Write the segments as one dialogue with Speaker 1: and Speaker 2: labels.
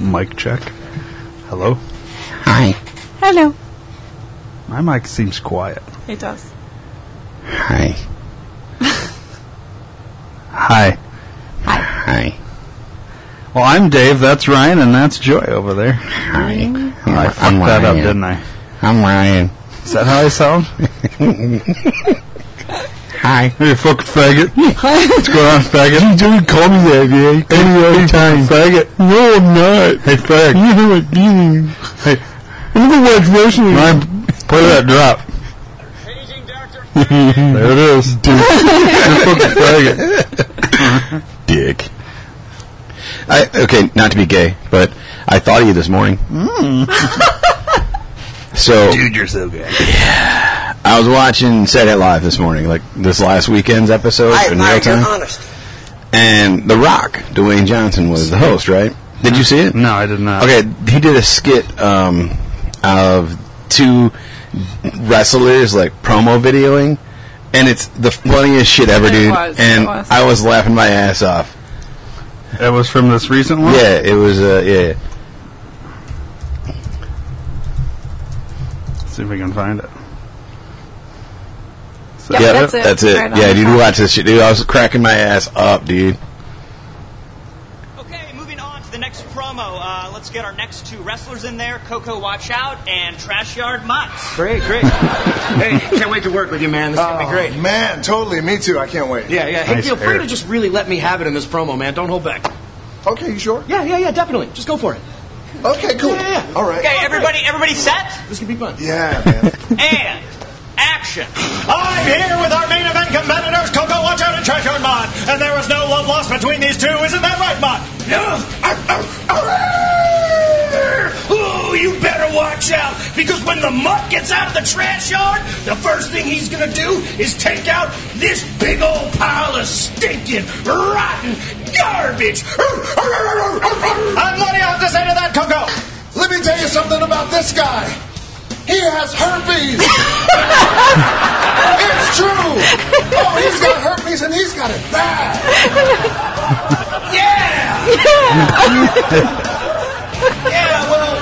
Speaker 1: mic check. Hello?
Speaker 2: Hi.
Speaker 3: Hello.
Speaker 1: My mic seems quiet.
Speaker 3: It does.
Speaker 2: Hi.
Speaker 1: Hi.
Speaker 2: Hi.
Speaker 1: Well, I'm Dave, that's Ryan, and that's Joy over there.
Speaker 2: Hi.
Speaker 1: I
Speaker 2: I'm
Speaker 1: fucked that up,
Speaker 2: Ryan.
Speaker 1: didn't I?
Speaker 2: I'm Ryan.
Speaker 1: Is that how I sound?
Speaker 2: Hi.
Speaker 1: Hey, you fucking faggot. What's going on, faggot? You don't call me that, yeah. You call me all the time. Faggot. No, I'm not. Hey, fag. You know what you Hey. I'm going to watch wrestling. Ryan, play that drop.
Speaker 4: Paging Dr.
Speaker 1: There it is. Dude. you fucking faggot.
Speaker 2: Dick. I, okay, not to be gay, but I thought of you this morning. so
Speaker 1: Hmm. Dude, you're so good.
Speaker 2: I was watching Saturday Night Live this morning, like this last weekend's episode in real time,
Speaker 4: honesty.
Speaker 2: and The Rock, Dwayne Johnson, was the host, right? Did you see it?
Speaker 1: No, I did not.
Speaker 2: Okay, he did a skit um, of two wrestlers like promo videoing, and it's the funniest shit ever,
Speaker 3: It
Speaker 2: dude.
Speaker 3: was, it
Speaker 2: and
Speaker 3: was.
Speaker 2: I was laughing my ass off.
Speaker 1: That was from this recent one?
Speaker 2: Yeah, it was. Uh, yeah,
Speaker 1: see if we can find it. So,
Speaker 3: Yeah,
Speaker 2: yeah,
Speaker 3: that's it.
Speaker 2: That's it.
Speaker 3: Right on
Speaker 2: yeah,
Speaker 3: the
Speaker 2: dude,
Speaker 3: top.
Speaker 2: watch this shit, dude. I was cracking my ass up, dude.
Speaker 5: Okay, moving on to the next promo. Uh, let's get our next two wrestlers in there Coco Watch Out and Trash Yard Mott's.
Speaker 4: Great, great. hey, can't wait to work with you, man. This is
Speaker 6: Oh.
Speaker 4: gonna be great.
Speaker 7: Man, totally. Me too. I can't wait.
Speaker 4: Yeah, yeah. Hey,
Speaker 1: Nice
Speaker 4: feel free
Speaker 1: hair.
Speaker 4: to just really let me have it in this promo, man. Don't hold back.
Speaker 7: Okay, you sure?
Speaker 4: Yeah, yeah, yeah. Definitely. Just go for it.
Speaker 7: Okay, cool.
Speaker 4: Yeah.
Speaker 7: All right.
Speaker 5: Okay, everybody, everybody set?
Speaker 4: This could be fun.
Speaker 7: Yeah, man.
Speaker 5: And action.
Speaker 6: I'm here with our main event competitors, Coco Watch Out and Treasure Mod, and there was no love lost between these two, isn't that right, Mod? Ooh, you better watch out, because when the mutt gets out of the trash yard, the first thing he's gonna do is take out this big old pile of stinking, rotten garbage. I'm what do you have to say to that, Coco?
Speaker 7: Let me tell you something about this guy. He has herpes. it's true. Oh, he's got herpes and he's got it bad.
Speaker 6: Yeah! yeah, well.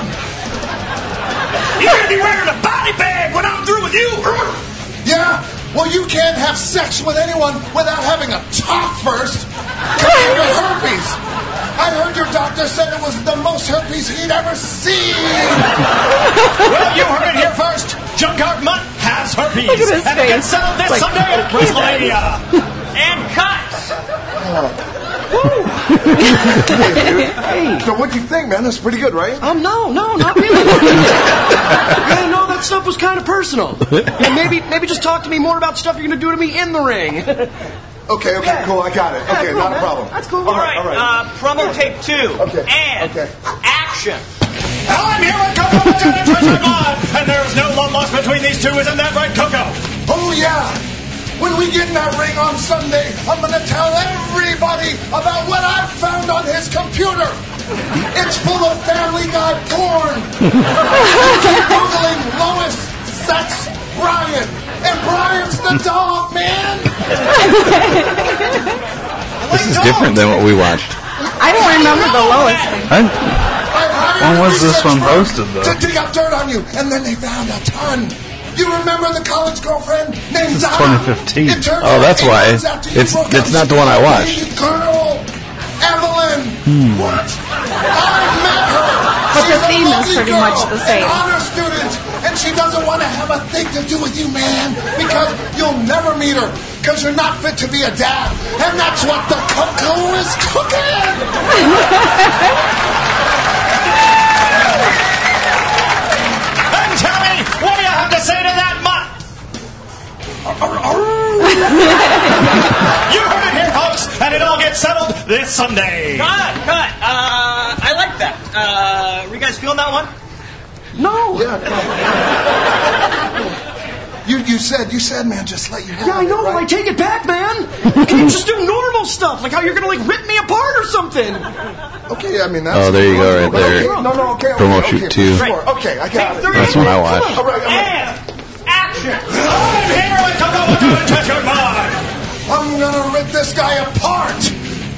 Speaker 6: You're gonna be wearing a body bag when I'm through with you!
Speaker 7: Yeah. Well, you can't have sex with anyone without having a top first. Cause you got herpes. I heard your doctor said it was the most herpes he'd ever seen.
Speaker 6: Well, you heard it here first. Junkard Mutt has herpes.
Speaker 3: Look at his
Speaker 6: and it
Speaker 3: face.
Speaker 6: gets settled this
Speaker 3: Like,
Speaker 6: Sunday at
Speaker 3: okay,
Speaker 6: WrestleMania.
Speaker 5: And cut.
Speaker 7: So what do you think, man? That's pretty good, right?
Speaker 4: Um, no, no, not really. yeah, no, that stuff was kind of personal. Yeah, maybe, maybe just talk to me more about stuff you're gonna do to me in the ring.
Speaker 7: Okay, okay,
Speaker 4: Yeah.
Speaker 7: cool. I got it.
Speaker 4: Yeah,
Speaker 7: Okay,
Speaker 4: cool,
Speaker 7: not a
Speaker 4: man.
Speaker 7: problem.
Speaker 4: That's cool.
Speaker 7: All
Speaker 5: All
Speaker 7: right,
Speaker 5: right,
Speaker 7: all right.
Speaker 5: Uh, promo tape two.
Speaker 7: Okay,
Speaker 5: And
Speaker 7: okay.
Speaker 5: action.
Speaker 6: Now I'm here with Coco Montana and Treasure Mod, and there is no love lost between these two, isn't that right, Coco?
Speaker 7: Oh yeah! When we get in that ring on Sunday, I'm gonna tell everybody about what I found on his computer. It's full of Family Guy porn. Keep googling Lois Sex Brian, and Brian's the dog man.
Speaker 3: Oh
Speaker 2: This is different than what we watched.
Speaker 3: I don't remember the lowest thing.
Speaker 1: I-
Speaker 7: I
Speaker 1: When
Speaker 7: hired
Speaker 1: was
Speaker 7: a
Speaker 1: this
Speaker 7: research
Speaker 1: one
Speaker 7: firm
Speaker 1: posted, though?
Speaker 7: To dig up dirt on you, and then they found a ton. You remember the college girlfriend named
Speaker 1: This is
Speaker 7: Donna?
Speaker 1: 2015.
Speaker 7: It turns
Speaker 2: Oh,
Speaker 7: out
Speaker 2: that's
Speaker 7: eight
Speaker 2: why.
Speaker 7: months after you
Speaker 2: It's-
Speaker 7: broke
Speaker 2: it's
Speaker 7: up,
Speaker 2: not the one I
Speaker 7: she
Speaker 2: watched.
Speaker 7: dated Girl, Evelyn.
Speaker 1: Hmm.
Speaker 7: What? I met her.
Speaker 3: But the
Speaker 7: She's a
Speaker 3: theme is
Speaker 7: lovely
Speaker 3: pretty
Speaker 7: girl,
Speaker 3: much the
Speaker 7: an
Speaker 3: same.
Speaker 7: honor student, and she doesn't want to have a thing to do with you, man, because you'll never meet her. Because you're not fit to be a dad. And that's what the cuckoo is cooking!
Speaker 6: And tell me, what do you have to say to that mutt? you heard it here, folks, and it all gets settled this Sunday.
Speaker 5: Cut, cut. Uh, I like that. Uh, were you guys feeling that one?
Speaker 4: No.
Speaker 7: Yeah. no. you you said you said, man, just let you.
Speaker 4: Yeah, I know, but like, take it back, man. Can you just do normal stuff? Like how you're gonna like rip me apart or something?
Speaker 7: Okay, I mean that's.
Speaker 2: Oh, there you go, right
Speaker 7: But okay,
Speaker 2: there.
Speaker 7: No, no, okay, okay,
Speaker 2: Promo
Speaker 7: okay,
Speaker 2: shoot
Speaker 7: okay,
Speaker 2: two.
Speaker 7: Sure. Okay, I got
Speaker 5: Take
Speaker 7: it.
Speaker 5: three.
Speaker 2: That's what I watched.
Speaker 7: All right, all right.
Speaker 5: And action.
Speaker 6: I'm here with Coco Watch Out and Treasure Mod.
Speaker 7: I'm gonna rip this guy apart.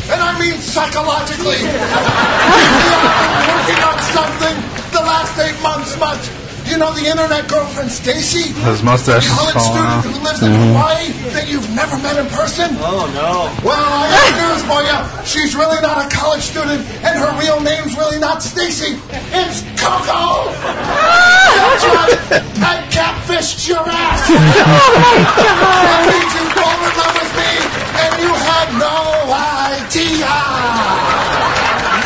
Speaker 7: and I mean psychologically. I've been working on something the last eight months, much. You know the internet girlfriend Stacy?
Speaker 1: His mustache is
Speaker 7: college
Speaker 1: falling
Speaker 7: student
Speaker 1: off. Mm-hmm.
Speaker 7: who lives in Hawaii that you've never met in person?
Speaker 4: Oh no.
Speaker 7: Well, I got news for you. She's really not a college student, and her real name's really not Stacy. It's Coco. That's right. I catfished your ass. oh I made you fall in love with me, and you had no idea.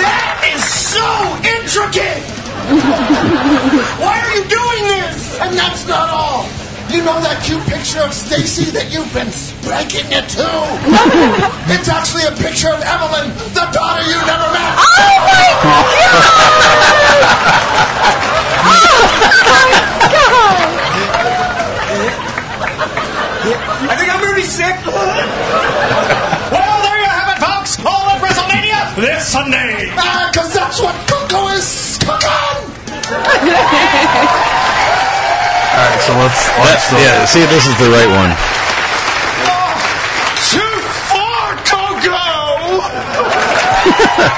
Speaker 6: That is so intricate! Why are you doing this?
Speaker 7: And that's not all. You know that cute picture of Stacy that you've been spanking it to? it's actually a picture of Evelyn, the daughter you never met.
Speaker 6: I think I'm gonna be sick. well, there you have it, folks. All at WrestleMania this Sunday.
Speaker 7: Ah, cause that's what Coco is cooking!
Speaker 1: Alright, so let's. let's uh,
Speaker 2: yeah, see if this is the right one.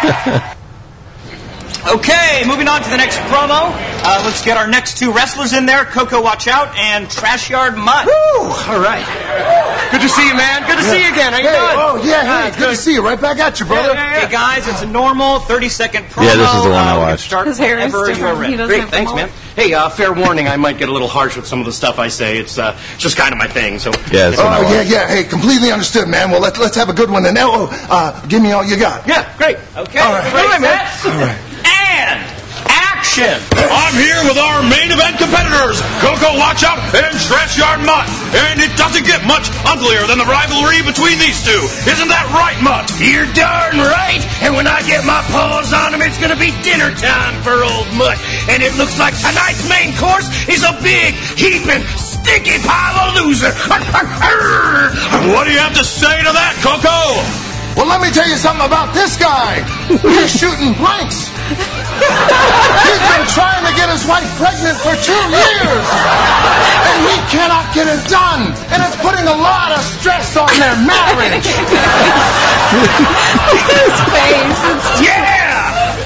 Speaker 6: Too far, Coco.
Speaker 5: Okay, moving on to the next promo. Uh, let's get our next two wrestlers in there Coco Watch Out and Trash Yard Mutt.
Speaker 4: All right. Good to see you, man. Good to see you again. How you doing? Uh,
Speaker 7: Oh, yeah, hey, good, to see you. Right back at you, brother.
Speaker 5: Okay, guys, it's a normal 30 second promo.
Speaker 2: Yeah, this is the one I
Speaker 5: Uh, we can
Speaker 2: watched.
Speaker 5: Start
Speaker 3: His hair is
Speaker 5: whenever you
Speaker 3: different.
Speaker 5: are
Speaker 3: He
Speaker 5: ready.
Speaker 3: doesn't
Speaker 5: Great.
Speaker 3: have-
Speaker 4: Thanks, man. Hey, uh, fair warning, I might get a little harsh with some of the stuff I say. It's uh, just kind of my thing, so.
Speaker 2: Yeah, that's what I
Speaker 7: Oh,
Speaker 2: want.
Speaker 7: yeah, yeah. Hey, completely understood, man. Well, let's, let's have a good one. And now, oh, uh, give me all you got.
Speaker 4: Yeah, great.
Speaker 5: Okay,
Speaker 7: All right.
Speaker 5: everybody
Speaker 7: All right, man.
Speaker 5: set? And action!
Speaker 6: I'm here with our main event competitors, Coco Watch Out and Stretch Yard Mutt. And it doesn't get much uglier than the rivalry between these two. Isn't that right, Mutt? You're darn right. And when I get my paws on him, it's going to be dinner time for old Mutt. And it looks like tonight's main course is a big, heaping, sticky pile of loser. what do you have to say to that, Coco?
Speaker 7: Well, let me tell you something about this guy. He's shooting blanks. He's been trying to get his wife pregnant for two years, and he cannot get it done. And it's putting a lot of stress on their marriage.
Speaker 3: His face. It's
Speaker 6: Yeah!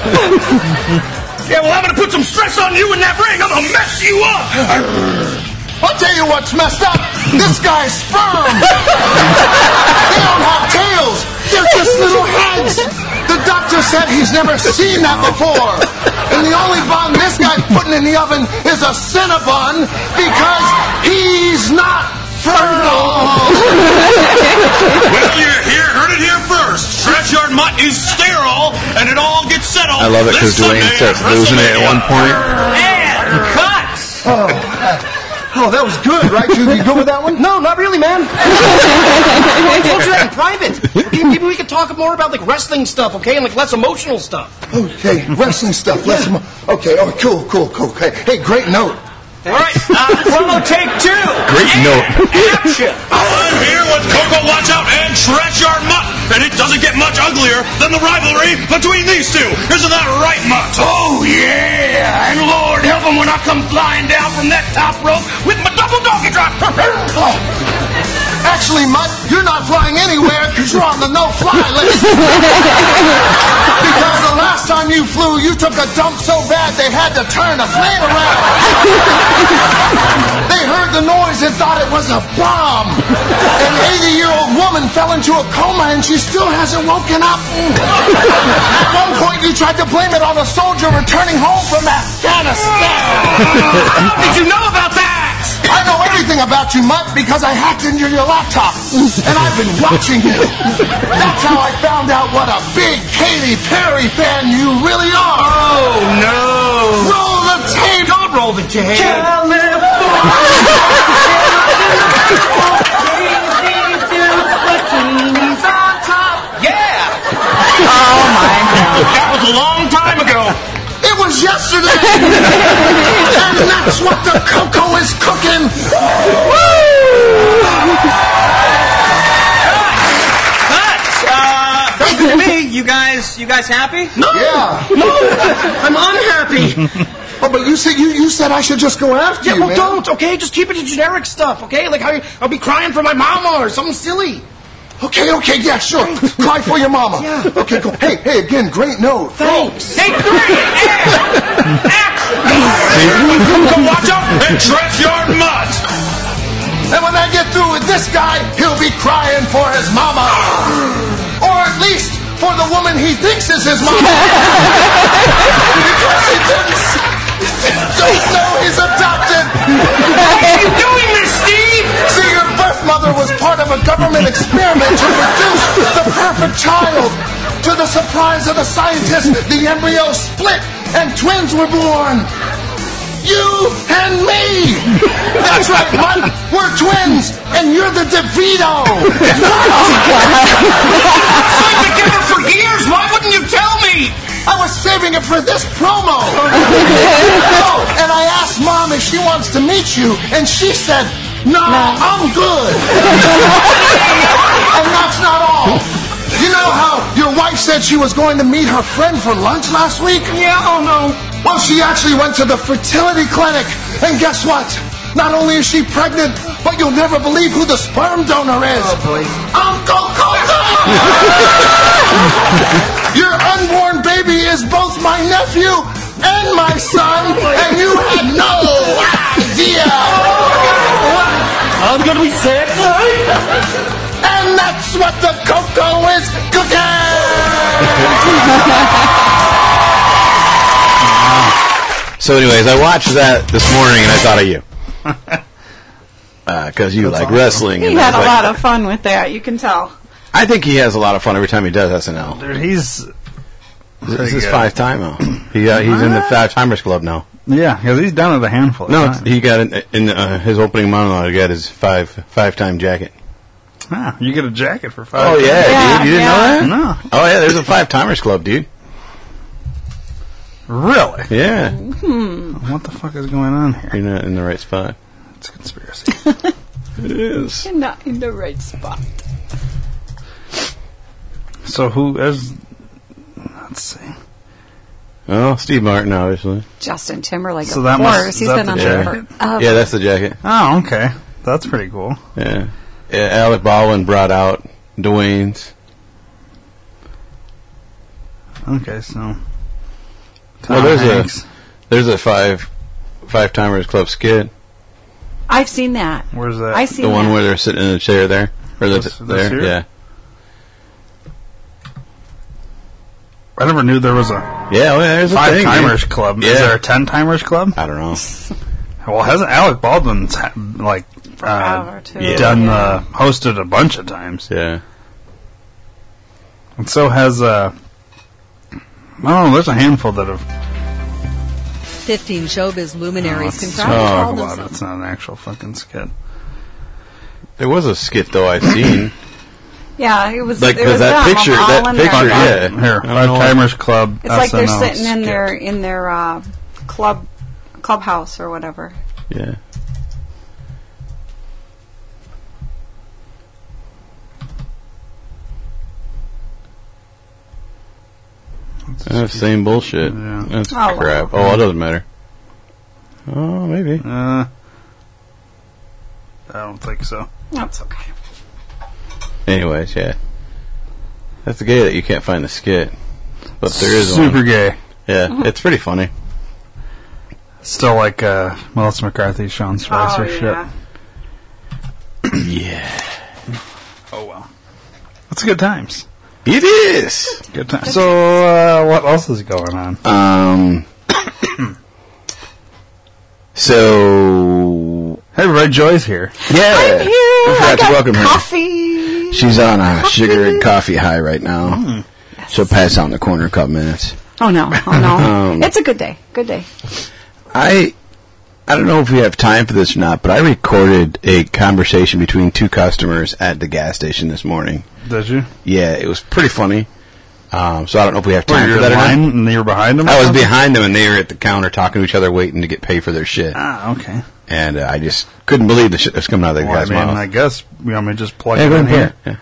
Speaker 6: yeah, well, I'm gonna put some stress on you in that ring. I'm gonna mess you up.
Speaker 7: I'll tell you what's messed up. This guy's sperm. they don't have tails. They're just little heads. The doctor said he's never seen that before. And the only bun this guy's putting in the oven is a Cinnabon because he's not fertile.
Speaker 6: well, you here, heard it here first. Stretch Yard Mutt is sterile, and it all gets settled.
Speaker 2: I love it because
Speaker 6: this
Speaker 2: Dwayne
Speaker 6: Sunday
Speaker 2: starts losing it at
Speaker 6: WrestleMania.
Speaker 2: one point.
Speaker 5: And cuts!
Speaker 7: Oh, that was good, right? You, you good with that one?
Speaker 4: No, not really, man. I told you that in private. Okay, maybe we could talk more about like wrestling stuff, okay, and like less emotional stuff.
Speaker 7: Okay, wrestling stuff. Let's. Okay, oh, cool, cool, cool. Hey, hey, great note.
Speaker 5: Alright, uh, promo take two!
Speaker 2: Great
Speaker 5: and
Speaker 2: note.
Speaker 5: Action!
Speaker 6: I'm here with Coco Watch Out and Stretch Yard Mutt, and it doesn't get much uglier than the rivalry between these two. Isn't that right, Mutt? Oh, yeah! And Lord help him when I come flying down from that top rope with my double donkey drop.
Speaker 7: Oh. Actually, Mutt, you're not flying anywhere because you're on the no-fly list. because the last time you flew, you took a dump so bad they had to turn the plane around. they heard the noise and thought it was a bomb. An 80-year-old woman fell into a coma and she still hasn't woken up. At one point, you tried to blame it on a soldier returning home from Afghanistan.
Speaker 6: Did you know about that?
Speaker 7: I know everything about you, Mutt, because I hacked into your laptop. And I've been watching you. That's how I found out what a big Katy Perry fan you really are.
Speaker 6: Oh no!
Speaker 7: Roll the tape.
Speaker 6: Don't roll the tape.
Speaker 5: Yeah!
Speaker 6: That was a long time ago.
Speaker 7: It was yesterday. and that's what the cocoa is cooking.
Speaker 5: Cuts! Uh, sounds good to me. You guys, you guys happy? No!
Speaker 7: Yeah.
Speaker 4: No, I'm unhappy.
Speaker 7: Oh, but you said you, you said I should just go after
Speaker 4: Yeah,
Speaker 7: you,
Speaker 4: well,
Speaker 7: man.
Speaker 4: don't. Okay, just keep it to generic stuff. Okay, like I, I'll be crying for my mama or something silly.
Speaker 7: Okay, okay, yeah, sure. Cry for your mama. Yeah. Okay, cool. Hey, hey, again, great note.
Speaker 4: Thanks.
Speaker 8: Hey,
Speaker 6: Come watch out and trash yard mutt.
Speaker 7: And when I get through with this guy, he'll be crying for his mama. Or at least for the woman he thinks is his mama. because he didn't, s- don't know he's adopted.
Speaker 6: Why are you doing this, Steve?
Speaker 7: See, your birth mother was part of a government experiment to produce the perfect child. To the surprise of the scientists, the embryo split and twins were born. You and me! That's right, Mutt! We're twins, and you're the DeVito!
Speaker 6: I've been together for years. Why wouldn't you tell me?
Speaker 7: I was saving it for this promo! oh, and I asked Mom if she wants to meet you, and she said, no, I'm good! and that's not all! You know how your wife said she was going to meet her friend for lunch last week?
Speaker 4: Yeah, oh no.
Speaker 7: Well, she actually went to the fertility clinic, and guess what? Not only is she pregnant, but you'll never believe who the sperm donor is. Oh, boy. Uncle Coco! Your unborn baby is both my nephew and my son, and you had no idea.
Speaker 4: I'm gonna be sad.
Speaker 7: And that's what the Coco is cooking!
Speaker 2: So, anyways, I watched that this morning and I thought of you. Because you like wrestling.
Speaker 3: He
Speaker 2: and
Speaker 3: had
Speaker 2: I
Speaker 3: a
Speaker 2: was
Speaker 3: lot
Speaker 2: like-
Speaker 3: of fun with that. You can tell.
Speaker 2: I think he has a lot of fun every time he does SNL.
Speaker 9: Dude, he's
Speaker 2: This
Speaker 9: Pretty
Speaker 2: is
Speaker 9: good.
Speaker 2: five time now. He, uh, he's in the Five Timers Club now.
Speaker 9: yeah, yeah, he's down to the handful. of
Speaker 2: No,
Speaker 9: times.
Speaker 2: it's, he got in, in uh, his opening monologue. He got his five five time jacket.
Speaker 9: Ah, you get a jacket for five.
Speaker 2: Oh yeah,
Speaker 3: Yeah,
Speaker 2: dude, you didn't
Speaker 3: yeah.
Speaker 2: know that?
Speaker 9: No,
Speaker 2: Oh yeah, there's a Five Timers Club, dude.
Speaker 9: really?
Speaker 2: Yeah,
Speaker 9: What the fuck is going on here?
Speaker 2: you're not in the right spot.
Speaker 9: It's a conspiracy.
Speaker 2: It is.
Speaker 3: You're not in the right spot.
Speaker 9: so who is? Let's see.
Speaker 2: Oh, Steve Martin, obviously.
Speaker 3: Justin Timberlake,
Speaker 9: So
Speaker 3: of
Speaker 9: that must-
Speaker 3: course.
Speaker 9: is
Speaker 3: He's
Speaker 9: that
Speaker 3: been
Speaker 9: the
Speaker 3: on
Speaker 2: jacket?
Speaker 3: there forever.
Speaker 2: Yeah, that's the jacket.
Speaker 9: Oh, okay, that's pretty cool.
Speaker 2: Yeah. yeah, Alec Baldwin brought out Dwayne's.
Speaker 9: Okay, so.
Speaker 2: Well, there's a-
Speaker 9: Hanks.
Speaker 2: There's a five five timers club skit.
Speaker 3: I've seen that.
Speaker 9: Where's that?
Speaker 3: I seen
Speaker 2: The one
Speaker 3: that.
Speaker 2: where they're sitting in a chair there, or the,
Speaker 9: This- this
Speaker 2: there,
Speaker 9: here?
Speaker 2: yeah,
Speaker 9: I never knew there was a
Speaker 2: yeah. Oh, yeah there's a
Speaker 9: five
Speaker 2: thing, man.
Speaker 9: timers club.
Speaker 2: Yeah.
Speaker 9: Is there a ten timers club?
Speaker 2: I don't know.
Speaker 9: Well, hasn't Alec Baldwin's ha- like
Speaker 3: Hour
Speaker 9: uh,
Speaker 3: or two.
Speaker 2: yeah.
Speaker 9: done uh, hosted a bunch of times?
Speaker 2: Yeah,
Speaker 9: And so has uh, I don't know. There's a handful that have.
Speaker 10: 15 showbiz
Speaker 2: Oh,
Speaker 10: luminaries
Speaker 9: Let's
Speaker 10: can proudly
Speaker 9: talk
Speaker 10: call
Speaker 9: about it.
Speaker 10: themselves.
Speaker 9: It's not an actual fucking skit.
Speaker 2: there was a skit though I seen
Speaker 3: Yeah, it was
Speaker 2: like
Speaker 3: it
Speaker 2: 'cause
Speaker 3: was
Speaker 2: that
Speaker 3: them,
Speaker 2: picture,
Speaker 3: all
Speaker 2: that
Speaker 3: in
Speaker 2: picture,
Speaker 3: their,
Speaker 2: yeah.
Speaker 9: Here,
Speaker 2: I don't know
Speaker 9: Five Timers Club.
Speaker 3: It's like they're
Speaker 9: SNL
Speaker 3: sitting in
Speaker 9: skit.
Speaker 3: their in their uh, club clubhouse or whatever.
Speaker 2: Yeah. Uh, same bullshit.
Speaker 9: Yeah.
Speaker 2: That's
Speaker 3: Oh, wow.
Speaker 2: crap. Oh, it doesn't matter. Oh, maybe.
Speaker 9: Uh, I don't think so.
Speaker 3: That's okay.
Speaker 2: Anyways, yeah. That's the gay that you can't find the skit. But there is
Speaker 9: super
Speaker 2: one.
Speaker 9: gay.
Speaker 2: Yeah, it's pretty funny.
Speaker 9: Still like uh, Melissa McCarthy, Sean Spicer
Speaker 3: oh,
Speaker 9: shit.
Speaker 3: yeah.
Speaker 2: yeah.
Speaker 9: Oh well, that's good times.
Speaker 2: It is!
Speaker 9: Good times. So uh, what else is going on?
Speaker 2: Um. so.
Speaker 9: Hey, everybody, Joy's here.
Speaker 2: Yeah!
Speaker 3: I'm here.
Speaker 2: We
Speaker 3: I
Speaker 2: forgot to
Speaker 3: got
Speaker 2: welcome her.
Speaker 3: coffee.
Speaker 2: She's on a sugar and coffee high right now.
Speaker 9: Hmm.
Speaker 2: She'll pass out in the corner in a couple minutes.
Speaker 3: Oh no! Oh no!
Speaker 2: Um,
Speaker 3: it's a good day. Good day.
Speaker 2: I I don't know if we have time for this or not, but I recorded a conversation between two customers at the gas station this morning.
Speaker 9: Did you?
Speaker 2: Yeah, it was pretty funny. Um, so I don't know if we have
Speaker 9: Were
Speaker 2: time
Speaker 9: you
Speaker 2: for
Speaker 9: in
Speaker 2: that or
Speaker 9: line
Speaker 2: not.
Speaker 9: and you were behind them? or
Speaker 2: I was
Speaker 9: something?
Speaker 2: behind them and they were at the counter talking to each other, waiting to get paid for their shit.
Speaker 9: Ah, okay.
Speaker 2: And uh, I just couldn't believe the shit that was coming out of that
Speaker 9: Well, I
Speaker 2: guy's
Speaker 9: mean,
Speaker 2: mouth.
Speaker 9: I guess you want me to just plug
Speaker 2: Hey,
Speaker 9: it
Speaker 2: go
Speaker 9: in
Speaker 2: ahead.
Speaker 9: here.
Speaker 2: Yeah.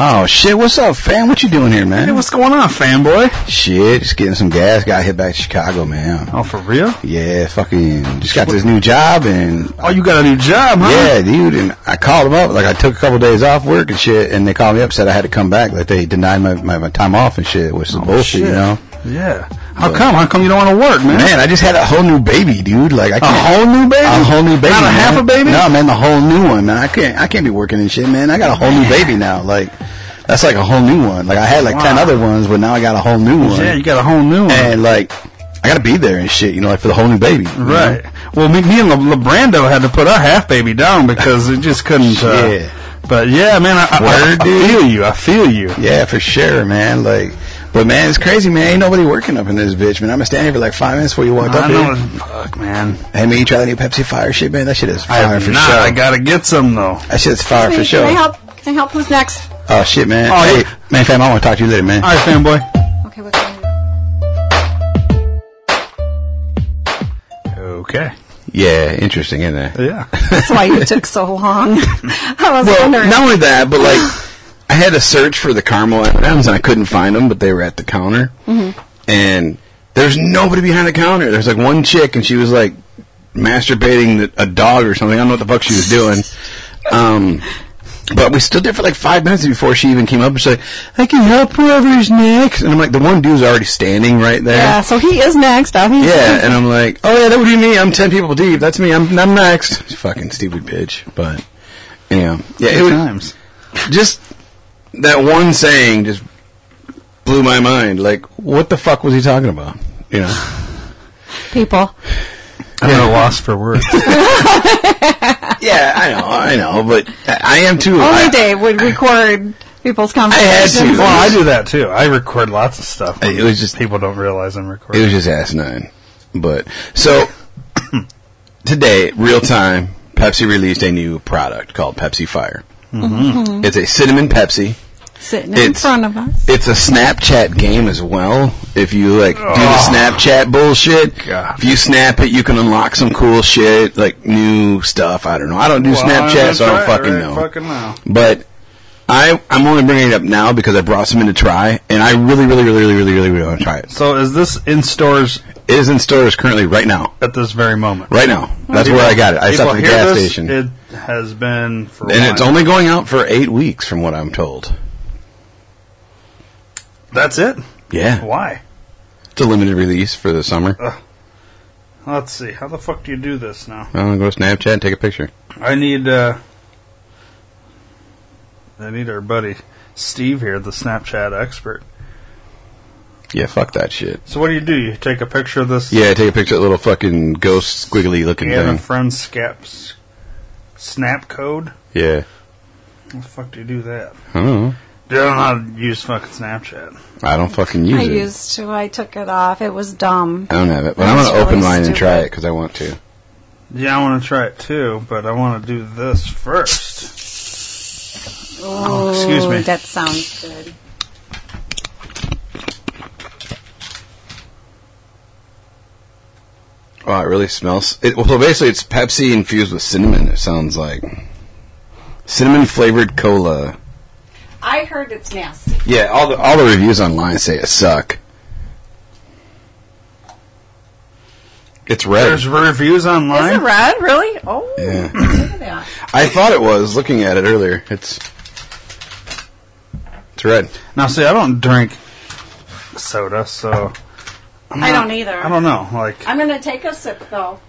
Speaker 2: Oh shit! What's up, fam? What you doing here, man?
Speaker 9: Hey, what's going on, fanboy?
Speaker 2: Shit, just getting some gas. Got hit back to Chicago, man.
Speaker 9: Oh, for real?
Speaker 2: Yeah, fucking. Just got this new job and
Speaker 9: Oh, you got a new job, huh?
Speaker 2: yeah, dude. And I called them up. Like I took a couple days off work and shit, and they called me up said I had to come back. Like they denied my my, my time off and shit, which is bullshit,
Speaker 9: Oh, shit.
Speaker 2: you know.
Speaker 9: Yeah. How come? How come you don't want to work, man?
Speaker 2: Man, I just had a whole new baby, dude. Like I
Speaker 9: A
Speaker 2: can't-
Speaker 9: whole new baby?
Speaker 2: A whole new baby.
Speaker 9: Not a
Speaker 2: man.
Speaker 9: half a baby?
Speaker 2: No, man, the whole new one, man. I can't I can't be working and shit, man. I got a whole new baby now. Like that's like a whole new one. Like I had like ten
Speaker 9: Wow.
Speaker 2: other ones, but now I got a whole new one.
Speaker 9: Yeah, you got a whole new one.
Speaker 2: and like I gotta be there and shit, you know, like for the whole new baby. you know?
Speaker 9: Right. Well, me, me and Le- Lebrando had to put our half baby down because it just couldn't. Uh,
Speaker 2: Shit.
Speaker 9: but yeah, man, I, I,
Speaker 2: Word,
Speaker 9: I,
Speaker 2: dude.
Speaker 9: feel you. I feel you.
Speaker 2: Yeah, for sure, man. Like but man, it's crazy, man. Ain't nobody working up in this bitch, man. I've been standing here for like five minutes before you walked
Speaker 9: I
Speaker 2: up
Speaker 9: know.
Speaker 2: here.
Speaker 9: it's- Fuck, man.
Speaker 2: Hey man, you try the new Pepsi Fire shit, man? That shit is
Speaker 9: I
Speaker 2: fire
Speaker 9: have
Speaker 2: for
Speaker 9: not.
Speaker 2: sure.
Speaker 9: I gotta get some though.
Speaker 2: that shit's fire for
Speaker 3: Can
Speaker 2: sure.
Speaker 3: I help? Can I help? Who's next?
Speaker 2: Oh shit, man.
Speaker 9: Oh,
Speaker 2: hey,
Speaker 9: yeah.
Speaker 2: man, fam, I want to talk to you later, man.
Speaker 9: All right, fanboy.
Speaker 3: Okay, what's going
Speaker 9: Okay.
Speaker 2: Yeah, interesting, isn't it?
Speaker 9: Yeah.
Speaker 3: That's why you took so long. I was
Speaker 2: Well,
Speaker 3: wondering.
Speaker 2: not only that, but like I had to search for the caramel M&Ms and I couldn't find them, but they were at the counter, and there's nobody behind the counter. There's like one chick, and she was like masturbating the, a dog or something. I don't know what the fuck she was doing. Um, but we stood there for like five minutes before she even came up and she's like, I can help whoever's next. And I'm like, the one dude's already standing right there.
Speaker 3: Yeah, so he is next. I mean,
Speaker 2: Yeah, and I'm like, oh yeah, that would be me. I'm ten people deep. That's me. I'm I'm next. Fucking stupid bitch. But yeah, yeah. It was
Speaker 9: times.
Speaker 2: just that one saying just blew my mind. Like, what the fuck was he talking about? You know?
Speaker 3: people.
Speaker 9: I'm at a loss for words.
Speaker 2: yeah, I know, I know, but I, I am too.
Speaker 3: Only
Speaker 2: I,
Speaker 3: Dave would record people's
Speaker 2: had
Speaker 3: conversations.
Speaker 2: to.
Speaker 9: well, I do that too. I record lots of stuff.
Speaker 2: It was just-
Speaker 9: people don't realize I'm
Speaker 2: It
Speaker 9: recording.
Speaker 2: was just asinine. But so today, real time, Pepsi released a new product called Pepsi Fire. It's a cinnamon Pepsi.
Speaker 3: Sitting in
Speaker 2: It's-
Speaker 3: front of us.
Speaker 2: It's a Snapchat game as well. If you like do the Snapchat bullshit,
Speaker 9: Oh. God.
Speaker 2: if you snap it, you can unlock some cool shit, like new stuff. I don't know. I don't do
Speaker 9: Well,
Speaker 2: Snapchat,
Speaker 9: that's
Speaker 2: so I don't
Speaker 9: right,
Speaker 2: fucking
Speaker 9: right,
Speaker 2: know.
Speaker 9: fucking know.
Speaker 2: But I I'm only bringing it up now because I brought some in to try, and I really, really, really, really, really, really, want to try it.
Speaker 9: So is this in stores
Speaker 2: It is in stores currently right now.
Speaker 9: at this very moment?
Speaker 2: Right now. That's where I got it. I
Speaker 9: People
Speaker 2: stopped at the
Speaker 9: hear
Speaker 2: gas
Speaker 9: this,
Speaker 2: station,
Speaker 9: It has been for a
Speaker 2: and it's
Speaker 9: while.
Speaker 2: only going out for eight weeks, from what I'm told.
Speaker 9: that's it.
Speaker 2: Yeah,
Speaker 9: Why?
Speaker 2: it's a limited release for the summer.
Speaker 9: Uh, Let's see. How the fuck do you do this now?
Speaker 2: I'm gonna go to Snapchat and take a picture.
Speaker 9: I need uh I need our buddy Steve here, the Snapchat expert.
Speaker 2: Yeah, fuck that shit.
Speaker 9: So what do you do? You take a picture of this
Speaker 2: Yeah, take a picture of the little fucking ghost squiggly looking
Speaker 9: and a
Speaker 2: thing.
Speaker 9: friend scaps snap code?
Speaker 2: Yeah.
Speaker 9: How the fuck do you do that?
Speaker 2: I don't know.
Speaker 9: Dude, I don't know how to use fucking Snapchat.
Speaker 2: I don't fucking use
Speaker 3: I
Speaker 2: it.
Speaker 3: used to. I took it off. It was dumb.
Speaker 2: I don't have it, but I'm
Speaker 3: That's
Speaker 2: gonna open
Speaker 3: really
Speaker 2: mine and try it
Speaker 3: stupid.
Speaker 2: because I want to.
Speaker 9: Yeah, I want to try it too, but I want to do this first. Oh, excuse
Speaker 3: Ooh,
Speaker 9: me.
Speaker 3: That sounds good.
Speaker 2: Oh, it really smells. It, well, so basically, it's Pepsi infused with cinnamon. It sounds like cinnamon flavored cola.
Speaker 3: I heard it's nasty.
Speaker 2: Yeah, all the all the reviews online say it suck. It's red.
Speaker 9: There's reviews
Speaker 3: Is it
Speaker 9: online.
Speaker 3: red? Really? Oh,
Speaker 2: Yeah.
Speaker 3: look at that.
Speaker 2: I thought it was looking at it earlier. It's it's red.
Speaker 9: Now, see, I don't drink soda, so
Speaker 3: I don't either.
Speaker 9: I don't know. Like,
Speaker 3: I'm gonna take a sip though.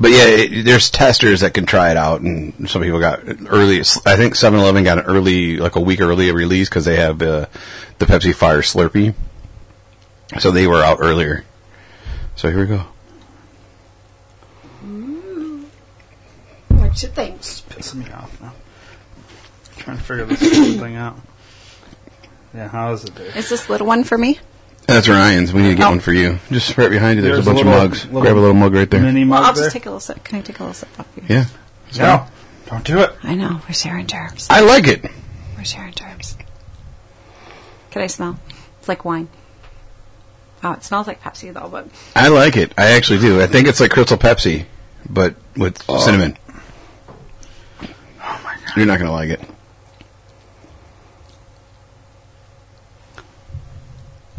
Speaker 2: But yeah, it, there's testers that can try it out, and some people got early. I think 7-Eleven got an early, like a week early release because they have uh, the Pepsi Fire Slurpee, so they were out earlier. So here we go.
Speaker 3: What you think?
Speaker 9: It's pissing me off now. trying to figure this fucking thing out. Yeah, how is it, dude?
Speaker 3: Is this little one for me?
Speaker 2: That's Ryan's. We need to get
Speaker 3: Oh.
Speaker 2: one for you. Just right behind you. There's,
Speaker 9: There's
Speaker 2: a bunch
Speaker 9: a
Speaker 2: of
Speaker 9: little-
Speaker 2: mugs.
Speaker 9: little
Speaker 2: Grab a little mug right there.
Speaker 9: Mini mug
Speaker 3: I'll
Speaker 9: there?
Speaker 3: just take a little sip. Can I take a little sip off you?
Speaker 2: yeah,
Speaker 9: no, don't do it.
Speaker 3: I know. We're sharing germs.
Speaker 2: I like it.
Speaker 3: We're sharing germs. Can I smell? It's like wine. Oh, it smells like Pepsi though, but
Speaker 2: I like it. I actually do. I think it's like Crystal Pepsi, but with cinnamon.
Speaker 9: Oh my
Speaker 2: You're not gonna like it.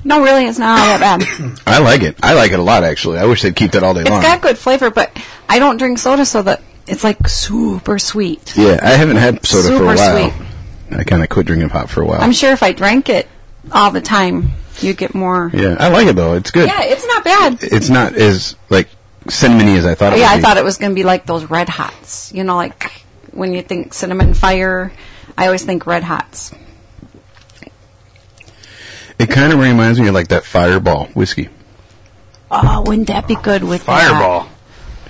Speaker 3: No, really, it's not that bad.
Speaker 2: I like it. I like it a lot, actually. I wish they'd keep that all day
Speaker 3: It's
Speaker 2: long.
Speaker 3: got good flavor, but I don't drink soda, so that it's like super sweet.
Speaker 2: yeah, I haven't had soda for a
Speaker 3: Super
Speaker 2: while.
Speaker 3: sweet.
Speaker 2: I kind of quit drinking pop for a while.
Speaker 3: I'm sure if I drank it all the time, you'd get more.
Speaker 2: yeah, I like it though. It's good.
Speaker 3: Yeah, it's not bad.
Speaker 2: It's not as like cinnamony as I thought. it
Speaker 3: yeah,
Speaker 2: would
Speaker 3: I
Speaker 2: be.
Speaker 3: thought it was going to be like those red hots. You know, like when you think cinnamon fire, I always think red hots.
Speaker 2: It kind of reminds me of like that Fireball whiskey.
Speaker 3: Oh, wouldn't that be good with that?
Speaker 9: Fireball.